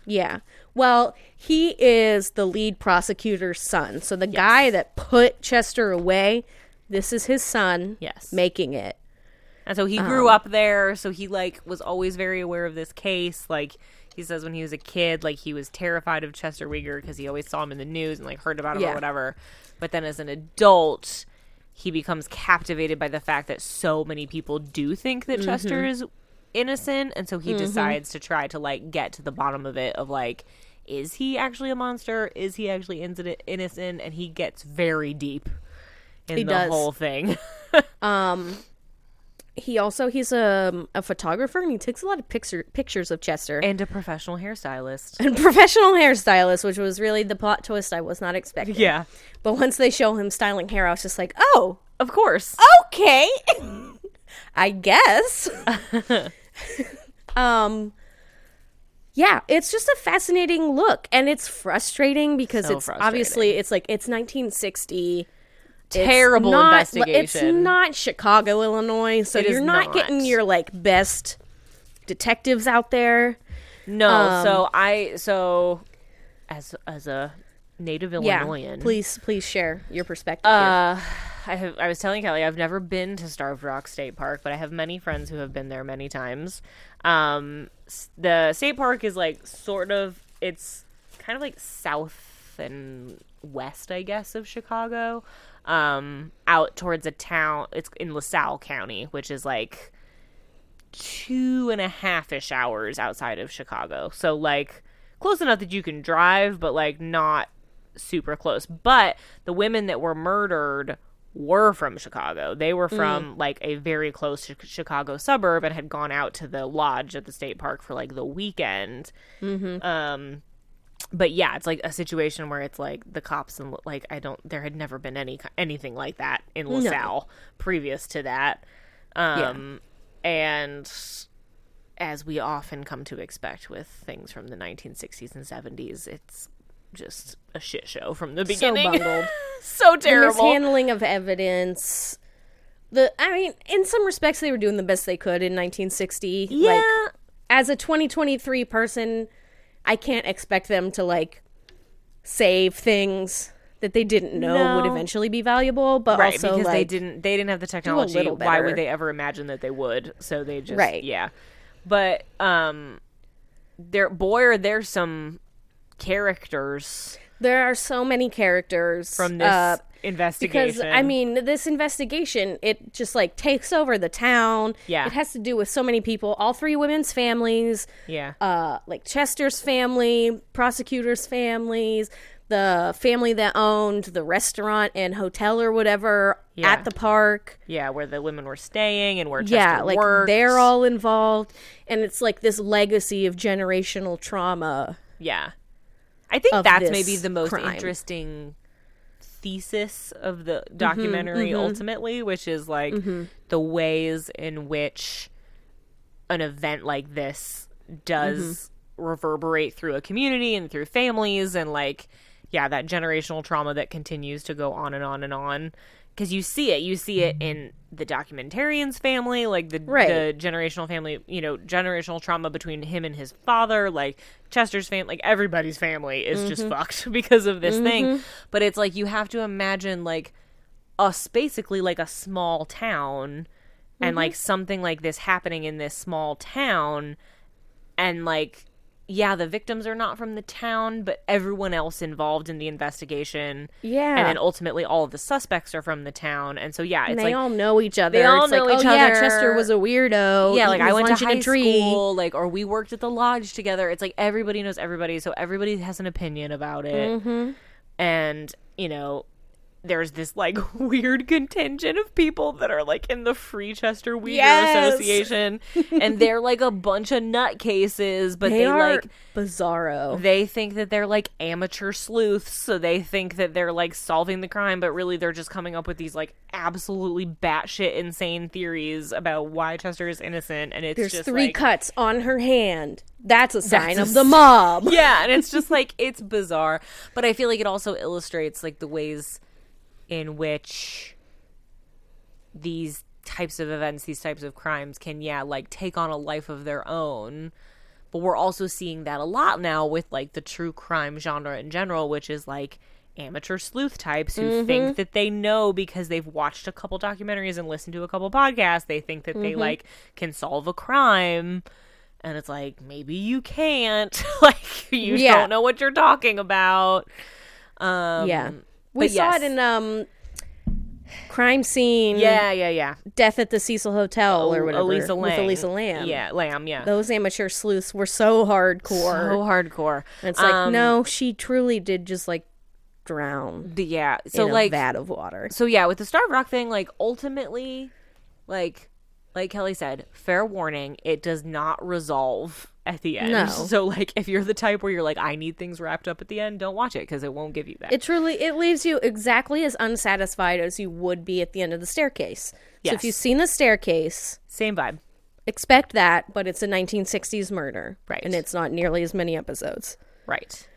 S2: Yeah. Well, he is the lead prosecutor's son. So the guy that put Chester away, this is his son.
S1: Yes.
S2: Making it.
S1: And so he grew up there, so he like was always very aware of this case. Like he says when he was a kid, like he was terrified of Chester Uyghur because he always saw him in the news and like heard about him
S2: Yeah.
S1: or whatever. But then as an adult, he becomes captivated by the fact that so many people do think that Chester is innocent, and so he decides to try to like get to the bottom of it of like is he actually a monster? Is he actually incident- innocent? And he gets very deep in
S2: He
S1: the
S2: does.
S1: whole thing.
S2: He also he's a, a photographer and he takes a lot of picture, pictures of Chester.
S1: *laughs*
S2: *laughs*
S1: and a professional hairstylist.
S2: and professional hairstylist, which was really the plot twist I was not expecting.
S1: Yeah.
S2: But once they show him styling hair, I was just like, oh,
S1: Of course.
S2: okay. *laughs*
S1: *laughs*
S2: I guess. um yeah, it's just a fascinating look and it's frustrating because
S1: So
S2: it's obviously
S1: frustrating.
S2: it's like it's 1960. It's
S1: Terrible
S2: not-
S1: investigation.
S2: It's not Chicago, Illinois, so
S1: It is
S2: you're not,
S1: not.
S2: getting your like best detectives out there.
S1: No, so I so as as a native Illinoisan,
S2: Yeah. Please please share your perspective. here.
S1: Uh, I have, I was telling Kelly I've never been to Starved Rock State Park, but I have many friends who have been there many times. Um, s- the state park is like sort of it's kind of like south and west, I guess, of Chicago. Um, out towards a town, it's in LaSalle County, which is like two and a half ish hours outside of Chicago. So like close enough that you can drive, but like not super close. But the women that were murdered were from Chicago. They were from like a very close Chi- Chicago suburb and had gone out to the lodge at the state park for like the weekend. Um, but yeah, it's like a situation where it's like the cops and like I don't. There had never been any anything like that in LaSalle previous to that. Um, and as we often come to expect with things from the 1960s and 70s, it's just a shit show from the
S2: so
S1: beginning.
S2: bungled.
S1: *laughs* So
S2: the
S1: terrible.
S2: mishandling of evidence. The I mean, in some respects, they were doing the best they could in 1960.
S1: yeah.
S2: Like, as a 2023 person, I can't expect them to like save things that they didn't know would
S1: No.
S2: eventually be valuable, but
S1: right,
S2: also
S1: because
S2: like
S1: they didn't they didn't have the technology.
S2: little
S1: Why
S2: better.
S1: would they ever imagine that they would? So they just
S2: Right.
S1: yeah. But um there boy are there some characters
S2: there are so many characters
S1: from this
S2: uh,
S1: investigation.
S2: because I mean, this investigation it just like takes over the town.
S1: Yeah.
S2: it has to do with so many people, all three women's families,
S1: yeah.
S2: uh, like Chester's family, prosecutors' families, the family that owned the restaurant and hotel or whatever
S1: Yeah.
S2: at the park.
S1: yeah, where the women were staying and where Chester
S2: yeah, like
S1: worked.
S2: they're all involved, and it's like this legacy of generational trauma.
S1: Yeah. I think
S2: of
S1: that's
S2: this
S1: maybe the most
S2: crime.
S1: interesting thesis of the
S2: Mm-hmm,
S1: documentary ultimately, which is like the ways in which an event like this does reverberate through a community and through families and like yeah, that generational trauma that continues to go on and on and on cuz you see it, you see it in the documentarian's family, like the
S2: Right.
S1: the generational family, you know, generational trauma between him and his father, like Chester's family, like everybody's family is just fucked *laughs* because of this thing. But it's like you have to imagine like us basically like a small town and like something like this happening in this small town and like yeah, the victims are not from the town, but everyone else involved in the investigation
S2: Yeah,
S1: and then ultimately all of the suspects are from the town. And so yeah, it's
S2: And they
S1: like
S2: all know each other.
S1: they all
S2: It's
S1: know
S2: like,
S1: each
S2: oh, Yeah,
S1: other.
S2: Chester was a weirdo.
S1: yeah,
S2: He
S1: like I
S2: was
S1: went to
S2: lunching a
S1: high
S2: tree.
S1: school, like or we worked at the lodge together. It's like everybody knows everybody, so everybody has an opinion about it. And you know, there's this like *laughs* weird contingent of people that are like in the Free Chester Uyghur
S2: Yes.
S1: Association, and they're like a bunch of nutcases, but
S2: They,
S1: they,
S2: are
S1: like
S2: bizarro.
S1: they think that they're like amateur sleuths, so they think that they're like solving the crime, but really they're just coming up with these like absolutely batshit insane theories about why Chester is innocent, and it's
S2: There's
S1: just
S2: three
S1: like,
S2: cuts on her hand. That's a sign
S1: a
S2: of the mob.
S1: *laughs* yeah, and it's just like it's bizarre, but I feel like it also illustrates like the ways in which these types of events, these types of crimes can yeah, like take on a life of their own. But we're also seeing that a lot now with like the true crime genre in general, which is like amateur sleuth types who
S2: Mm-hmm.
S1: think that they know because they've watched a couple documentaries and listened to a couple podcasts, they think that
S2: Mm-hmm.
S1: they like can solve a crime and it's like maybe you can't *laughs* like you
S2: Yeah. Mm-hmm.
S1: don't know what you're talking about um
S2: yeah. We
S1: but
S2: saw
S1: yes.
S2: it in um crime scene
S1: yeah yeah yeah
S2: death at the Cecil Hotel or whatever
S1: elisa lamb
S2: with Elisa Lamb.
S1: yeah lamb yeah
S2: Those amateur sleuths were so hardcore.
S1: so hardcore
S2: and it's like,
S1: Um,
S2: no, she truly did just like drown
S1: the- yeah so
S2: in a
S1: like
S2: vat of water.
S1: so yeah with the star rock thing like ultimately like like kelly said fair warning it does not resolve at the end *laughs*
S2: No.
S1: so like if you're the type where you're like i need things wrapped up at the end don't watch it because it won't give you that
S2: It truly it leaves you exactly as unsatisfied as you would be at the end of the staircase. So if
S1: Yes.
S2: you've seen the staircase,
S1: same vibe
S2: expect that, but it's a 1960s murder,
S1: Right.
S2: And it's not nearly as many episodes.
S1: right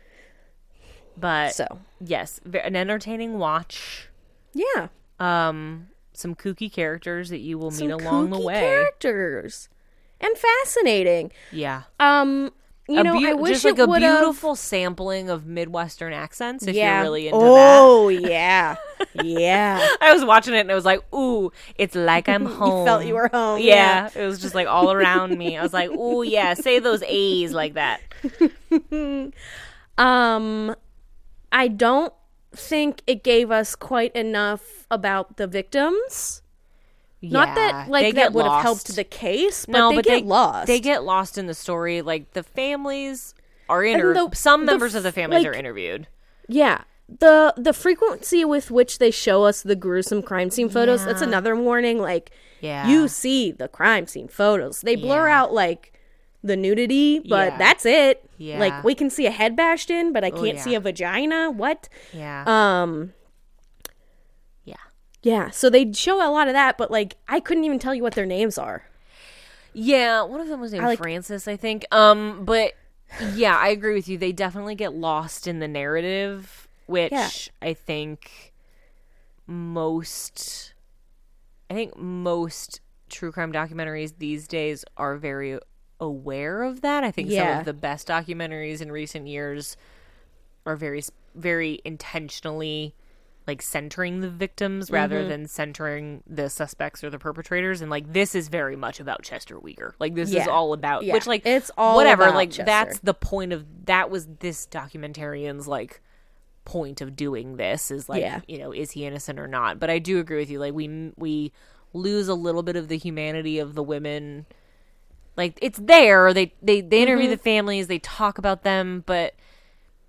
S1: but
S2: So
S1: yes ve- an entertaining watch
S2: yeah,
S1: um some kooky characters that you will
S2: some
S1: meet along the
S2: kooky
S1: way
S2: characters and fascinating.
S1: yeah
S2: Um, you
S1: a
S2: know,
S1: beau-
S2: I wish
S1: just like
S2: it
S1: a
S2: would've-
S1: beautiful sampling of midwestern accents if
S2: yeah.
S1: you're really into that
S2: oh yeah, yeah. *laughs*
S1: i was watching it and i was like ooh it's like i'm home
S2: Felt *laughs* you were home.
S1: yeah, it was just like all around me i was like
S2: *laughs*
S1: ooh yeah say those a's like that
S2: Um, I don't think it gave us quite enough about the victims. Not that
S1: Yeah,
S2: like
S1: they
S2: that
S1: get
S2: would have
S1: lost.
S2: helped the case, but
S1: no
S2: they
S1: but
S2: get
S1: they
S2: lost.
S1: they get lost in the story like the families are
S2: And
S1: inter-
S2: the-
S1: some
S2: the
S1: members of
S2: f-
S1: the families
S2: like-
S1: are interviewed
S2: yeah, the the frequency with which they show us the gruesome crime scene photos that's another warning like
S1: Yeah.
S2: you see the crime scene photos they blur
S1: Yeah.
S2: out like the nudity but
S1: Yeah.
S2: that's it
S1: Yeah. Oh,
S2: like we can see a head bashed in but i can't see
S1: yeah.
S2: a vagina what
S1: Yeah.
S2: um
S1: yeah.
S2: yeah so they show a lot of that but like i couldn't even tell you what their names are
S1: Yeah, one of them was named
S2: like-
S1: Francis, I think. Um, but yeah, I agree with you. They definitely get lost in the narrative, which
S2: Yeah.
S1: I think most I think most true crime documentaries these days are very aware of that. I think some
S2: Yeah.
S1: of the best documentaries in recent years are very s- very intentionally like centering the victims rather
S2: Mm-hmm.
S1: than centering the suspects or the perpetrators and like this is very much about Chester Weger. Like this is
S2: Yeah.
S1: all about
S2: Yeah.
S1: which like
S2: It's all
S1: whatever
S2: about
S1: like
S2: Chester.
S1: that's the point of that was this documentarian's like point of doing this is like
S2: Yeah.
S1: you know is he innocent or not but i do agree with you like we we lose a little bit of the humanity of the women like it's there they they they
S2: Mm-hmm.
S1: interview the families they talk about them but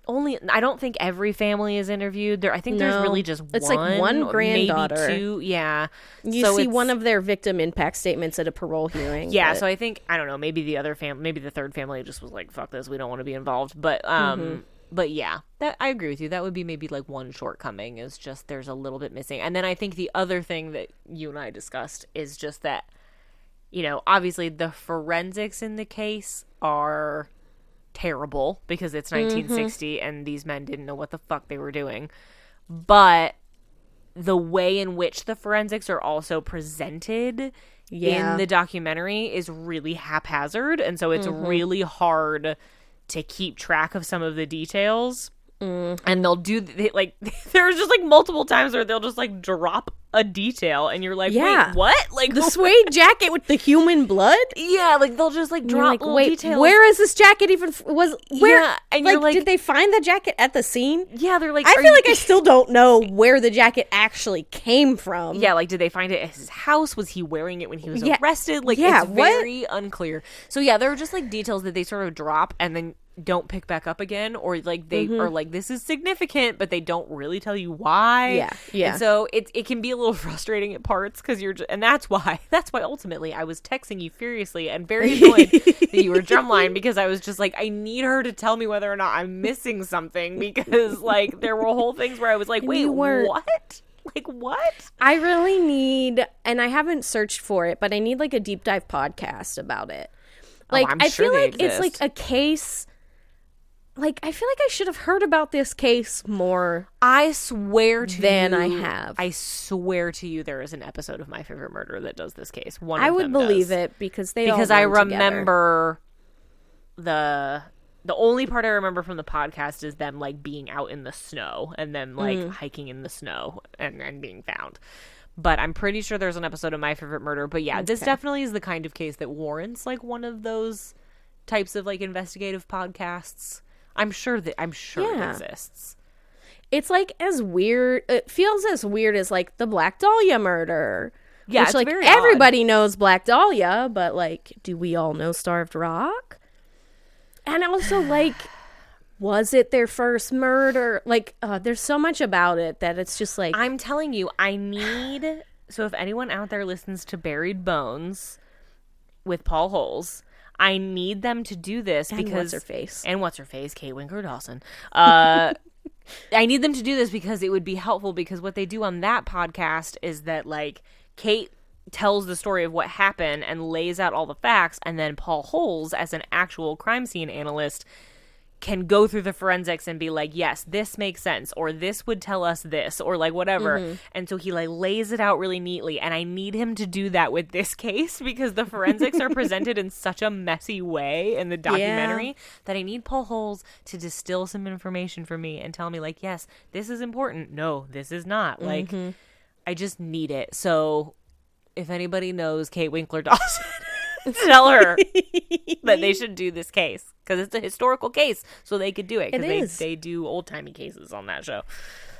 S1: only i don't think every family is interviewed there i think there's
S2: No.
S1: really just one
S2: It's like one
S1: maybe
S2: granddaughter.
S1: two yeah
S2: you
S1: So
S2: see
S1: it's-
S2: one of their victim impact statements at a parole hearing
S1: yeah,
S2: *laughs* but-
S1: so I think I don't know. Maybe the other family, maybe the third family, just was like, "Fuck this, we don't want to be involved." But um,
S2: Mm-hmm.
S1: but yeah, that I agree with you. That would be maybe like one shortcoming is just there's a little bit missing. And then I think the other thing that you and I discussed is just that, you know, obviously the forensics in the case are terrible because it's 1960 and these men didn't know what the fuck they were doing, but the way in which the forensics are also presented
S2: Yeah.
S1: in the documentary is really haphazard and so it's really hard to keep track of some of the details and they'll do they, like *laughs* there's just like multiple times where they'll just like drop a detail and you're like
S2: Yeah.
S1: wait what like *laughs*
S2: the suede jacket with the human blood
S1: yeah like they'll just like
S2: And you're
S1: drop
S2: like,
S1: little
S2: wait,
S1: details
S2: where is this jacket even f- was? Where?
S1: Yeah, and
S2: like,
S1: you're like-
S2: did they find the jacket at the scene?
S1: yeah they're like
S2: I
S1: are
S2: feel
S1: you- *laughs*
S2: like I still don't know where the jacket actually came from.
S1: Yeah, like did they find it at his house? Was he wearing it when he was
S2: Mm-hmm. Yeah.
S1: arrested? Like
S2: Yeah,
S1: it's
S2: what?
S1: very unclear. So yeah, there are just like details that they sort of drop and then don't pick back up again, or like they
S2: Mm-hmm.
S1: are like this is significant, but they don't really tell you why.
S2: Yeah, yeah.
S1: And so it it can be a little *laughs* frustrating at parts because you're ju- and that's why *laughs* that's why ultimately I was texting you furiously and very
S2: *laughs*
S1: annoyed that you were drumline because I was just like I need her to tell me whether or not I'm missing something because like there were whole things where I was like wait
S2: you weren't.
S1: what like what
S2: I really need, and I haven't searched for it, but I need like a deep dive podcast about it. Like,
S1: Oh, I'm
S2: I
S1: sure
S2: feel
S1: they
S2: like it's like
S1: exist.
S2: a case. Like, I feel like I should have heard about this case more.
S1: I swear to
S2: Than
S1: you,
S2: I have.
S1: I swear to you, there is an episode of My Favorite Murder that does this case. One,
S2: I
S1: of
S2: would
S1: them
S2: believe
S1: does.
S2: it because they all
S1: because I
S2: run together.
S1: remember the the only part I remember from the podcast is them like being out in the snow and them like
S2: Mm.
S1: hiking in the snow and and being found. But I'm pretty sure there's an episode of My Favorite Murder. But yeah, this definitely is the kind of case that warrants like one of those types of like investigative podcasts. I'm sure that I'm sure
S2: Yeah.
S1: it exists.
S2: It's like as weird. It feels as weird as like the Black Dahlia murder.
S1: Yeah,
S2: which
S1: it's
S2: like
S1: very odd.
S2: everybody knows Black Dahlia, but like, do we all know Starved Rock?
S1: *sighs*
S2: And also, like, was it their first murder? Like, uh, there's so much about it that it's just like,
S1: I'm telling you, I need. *sighs* So if anyone out there listens to Buried Bones with Paul Holes, I need them to do this
S2: and
S1: because
S2: what's her face?
S1: and what's her face, Kate Winkler Dawson. Uh, *laughs* I need them to do this because it would be helpful. Because what they do on that podcast is that like Kate tells the story of what happened and lays out all the facts, and then Paul Holes, as an actual crime scene analyst, can go through the forensics and be like, yes, this makes sense, or this would tell us this, or like whatever. And so he like lays it out really neatly. And I need him to do that with this *laughs* case because the forensics are presented in such a messy way in the documentary that I need Paul Holes to distill some information for me and tell me, like, yes, this is important. No, this is not. Like, I just need it. So if anybody knows Kate Winkler *laughs* Dawson, tell her that they should do this case because it's a historical case, so they could do it
S2: It
S1: because they,
S2: is.
S1: they do old timey cases on that show.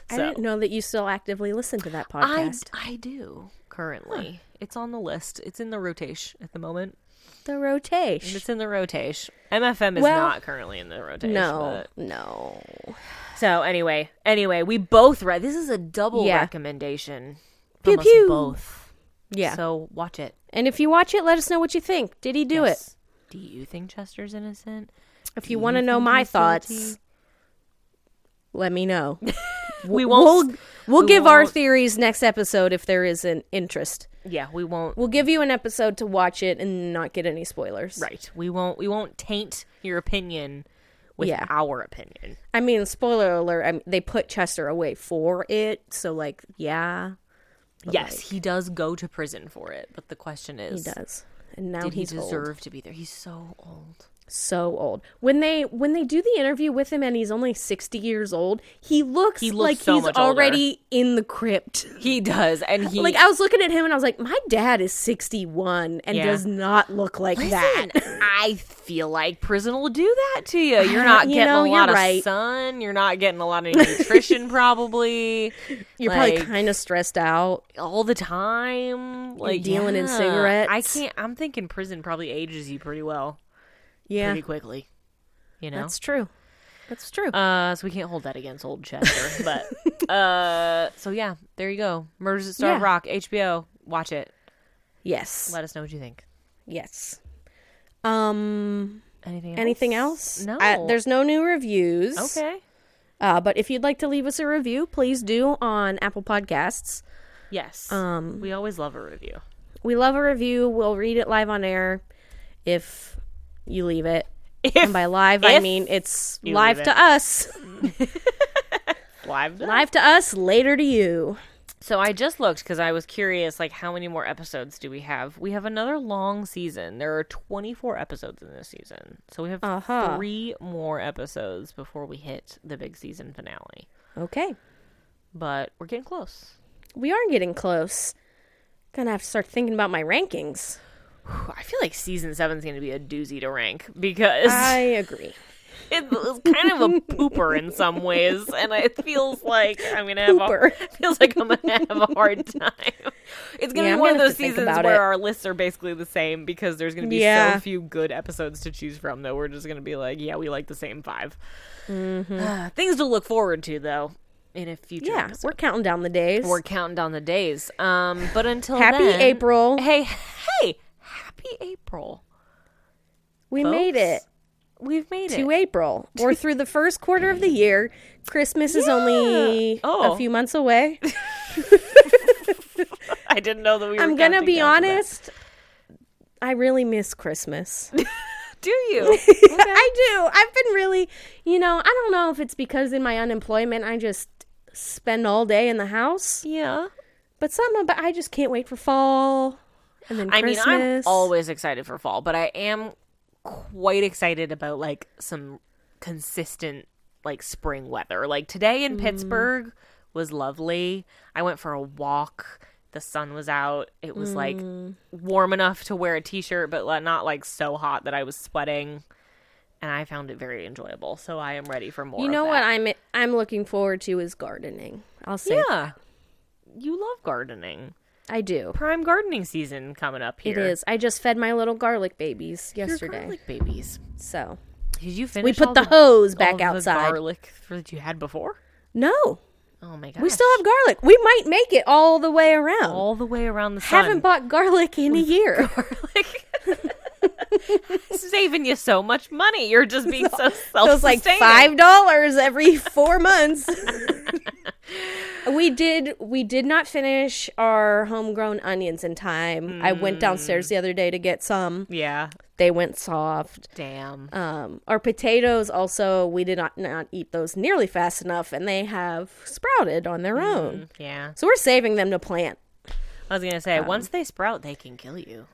S2: I
S1: So
S2: didn't know that you still actively listen to that
S1: I,
S2: podcast.
S1: I do currently. It's on the list. It's in the rotation at the moment.
S2: the rotation.
S1: It's in the rotation. MFM is
S2: Well,
S1: not currently in the rotation.
S2: No, no.
S1: but So anyway, anyway, we both read. This is a double
S2: Yeah.
S1: recommendation.
S2: Pew,
S1: from us
S2: pew.
S1: both.
S2: Yeah.
S1: So watch it.
S2: and if you watch it, let us know what you think. Did he do it?
S1: Do you think Chester's innocent?
S2: If you want to know
S1: think
S2: my
S1: he's guilty?
S2: thoughts, let me know.
S1: We won't.
S2: We'll, we'll
S1: we
S2: give our
S1: won't-
S2: theories next episode if there is an interest.
S1: yeah, we won't.
S2: We'll give you an episode to watch it and not get any spoilers.
S1: Right. We won't. We won't taint your opinion with
S2: Yeah.
S1: our opinion.
S2: I mean, spoiler alert. I mean, they put Chester away for it, so like, yeah,
S1: yes, he does go to prison for it, but the question
S2: he
S1: is,
S2: does. And now
S1: did he
S2: he's
S1: deserve
S2: old.
S1: to be there? He's so old.
S2: so old. When they when they do the interview with him and he's only sixty years old, he looks,
S1: He looks
S2: like
S1: so
S2: he's
S1: much older.
S2: already in the crypt.
S1: He does, and he
S2: Like I was looking at him and I was like, my dad is sixty one and
S1: Yeah.
S2: does not look like that.
S1: Listen, *laughs* I feel like prison will do that to you.
S2: *sighs*
S1: You're not
S2: You
S1: getting
S2: know,
S1: a
S2: you're
S1: lot of
S2: right.
S1: sun. You're not getting a lot
S2: *laughs*
S1: of nutrition, probably.
S2: You're probably
S1: Like,
S2: kind of stressed out.
S1: all the time. Like
S2: dealing in
S1: yeah.
S2: cigarettes.
S1: I can't. I'm thinking prison probably ages you pretty well,
S2: Yeah,
S1: pretty quickly. You know.
S2: that's true. That's true.
S1: uh, so we can't hold that against old Chester,
S2: *laughs*
S1: but uh, so yeah, there you go. Murders at Star
S2: Yeah.
S1: Rock, HBO. Watch it.
S2: yes.
S1: Let us know what you think.
S2: Yes. Um.
S1: Anything? Else?
S2: Anything else?
S1: No.
S2: Uh, there's no new reviews.
S1: okay.
S2: Uh, but if you'd like to leave us a review, please do on Apple Podcasts.
S1: Yes.
S2: Um,
S1: we always love a review.
S2: We love a review. We'll read it live on air if you leave it. and by live, I
S1: if
S2: mean it's
S1: you
S2: live
S1: leave
S2: to us.
S1: Live.
S2: live to us, later to you.
S1: So I just looked because I was curious, like, how many more episodes do we have? We have another long season. There are 24 episodes in this season. So we have
S2: Uh-huh.
S1: three more episodes before we hit the big season finale.
S2: Okay.
S1: But we're getting close.
S2: We are getting close. Gonna have to start thinking about
S1: *laughs*
S2: my rankings.
S1: Whew, I feel like season seven's going to be a doozy to rank because
S2: I agree.
S1: *laughs* it was kind of a pooper in some ways, and it feels like I'm gonna have a,
S2: Pooper.
S1: *laughs* feels like I'm gonna have a hard time. It's gonna be
S2: Yeah, I'm
S1: one of
S2: gonna have
S1: those
S2: to think
S1: seasons
S2: about
S1: where
S2: it.
S1: our lists are basically the same because there's gonna be
S2: Yeah.
S1: so few good episodes to choose from that we're just gonna be like, yeah, we like the same 5 *sighs* Things to look forward to though in a future.
S2: Mm-hmm. Yeah,
S1: episode.
S2: we're counting down the days.
S1: we're counting down the days. Um, but until
S2: Happy
S1: then-
S2: April.
S1: Hey, hey, happy April.
S2: we made
S1: folks.
S2: it.
S1: We've made it.
S2: to April. We're through the first quarter of the year. Christmas is only
S1: Oh.
S2: a few
S1: *laughs*
S2: months away.
S1: *laughs* I didn't know that we. were
S2: I'm gonna
S1: counting
S2: be
S1: down to that.
S2: honest. I really
S1: *laughs*
S2: miss Christmas.
S1: Do *laughs* you?
S2: I do. I've been really, you know, I don't know if it's because in my unemployment I just spend all day in the house,
S1: yeah.
S2: but some but I just can't wait for fall and then
S1: I mean,
S2: Christmas.
S1: I'm always excited for fall, but I am quite excited about like some consistent like spring weather. Like today in Pittsburgh was lovely. I went for a walk. The sun was out. It was like warm enough to wear a t-shirt, but like, not like so hot that I was sweating. And I found it very enjoyable. So I am ready for more.
S2: you
S1: of
S2: know what
S1: that.
S2: I'm I'm looking forward to is gardening. I'll say
S1: yeah. You love gardening.
S2: I do.
S1: Prime gardening season coming up here.
S2: It is. I just fed my little garlic babies yesterday.
S1: Garlic babies.
S2: So
S1: Did you finish?
S2: we
S1: all
S2: put the hose back
S1: all
S2: outside.
S1: The garlic that you had before.
S2: No,
S1: Oh my god.
S2: we still have garlic. We might make it all the way around.
S1: all the way around the sun.
S2: Haven't bought garlic in a *laughs* year.
S1: *laughs* saving you so much money. You're just being so
S2: *laughs* So
S1: self
S2: it's like five dollars every four months. we did. We did not finish our homegrown onions in time. I went downstairs the other day to get some.
S1: Yeah.
S2: They went soft.
S1: Damn.
S2: Um, our potatoes also we did not, not eat those nearly fast enough, and they have sprouted on their own.
S1: Yeah.
S2: So we're saving them to plant.
S1: I was gonna say once they sprout, they can kill you,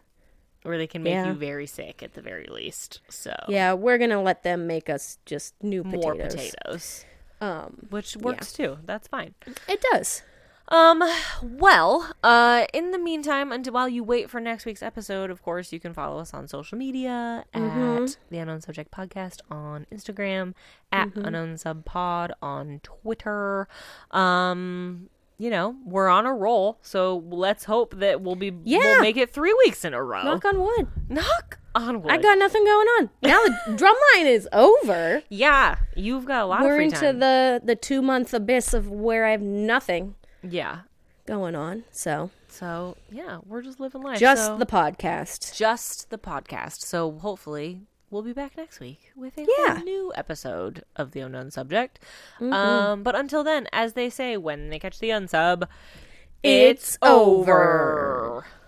S1: or they can make
S2: Um, Yeah.
S1: you very sick at the very least. So
S2: Yeah, we're gonna let them make us just new potatoes.
S1: more potatoes,
S2: Um,
S1: which works too. That's fine.
S2: it does.
S1: Um, well, uh, in the meantime, until while you wait for next week's episode, of course, you can follow us on social media
S2: Mm-hmm.
S1: at the Unknown Subject Podcast on Instagram, at
S2: Mm-hmm.
S1: Unknown Sub Pod on Twitter. Um, you know, we're on a roll, so let's hope that we'll be
S2: Yeah.
S1: we'll make it three weeks in a row.
S2: Knock on wood.
S1: Knock on wood.
S2: I got nothing going on. Now
S1: *laughs*
S2: the drum line is over.
S1: yeah, you've got a lot of
S2: We're
S1: free
S2: into
S1: time.
S2: the the two month abyss of where I have nothing
S1: yeah.
S2: going on. So
S1: So yeah, we're just living life.
S2: just
S1: so-
S2: the podcast.
S1: just the podcast. So hopefully we'll be back next week with a
S2: Yeah.
S1: whole new episode of the unknown subject. Um, but until then, as they say, when they catch the unsub,
S2: It's over.
S1: over.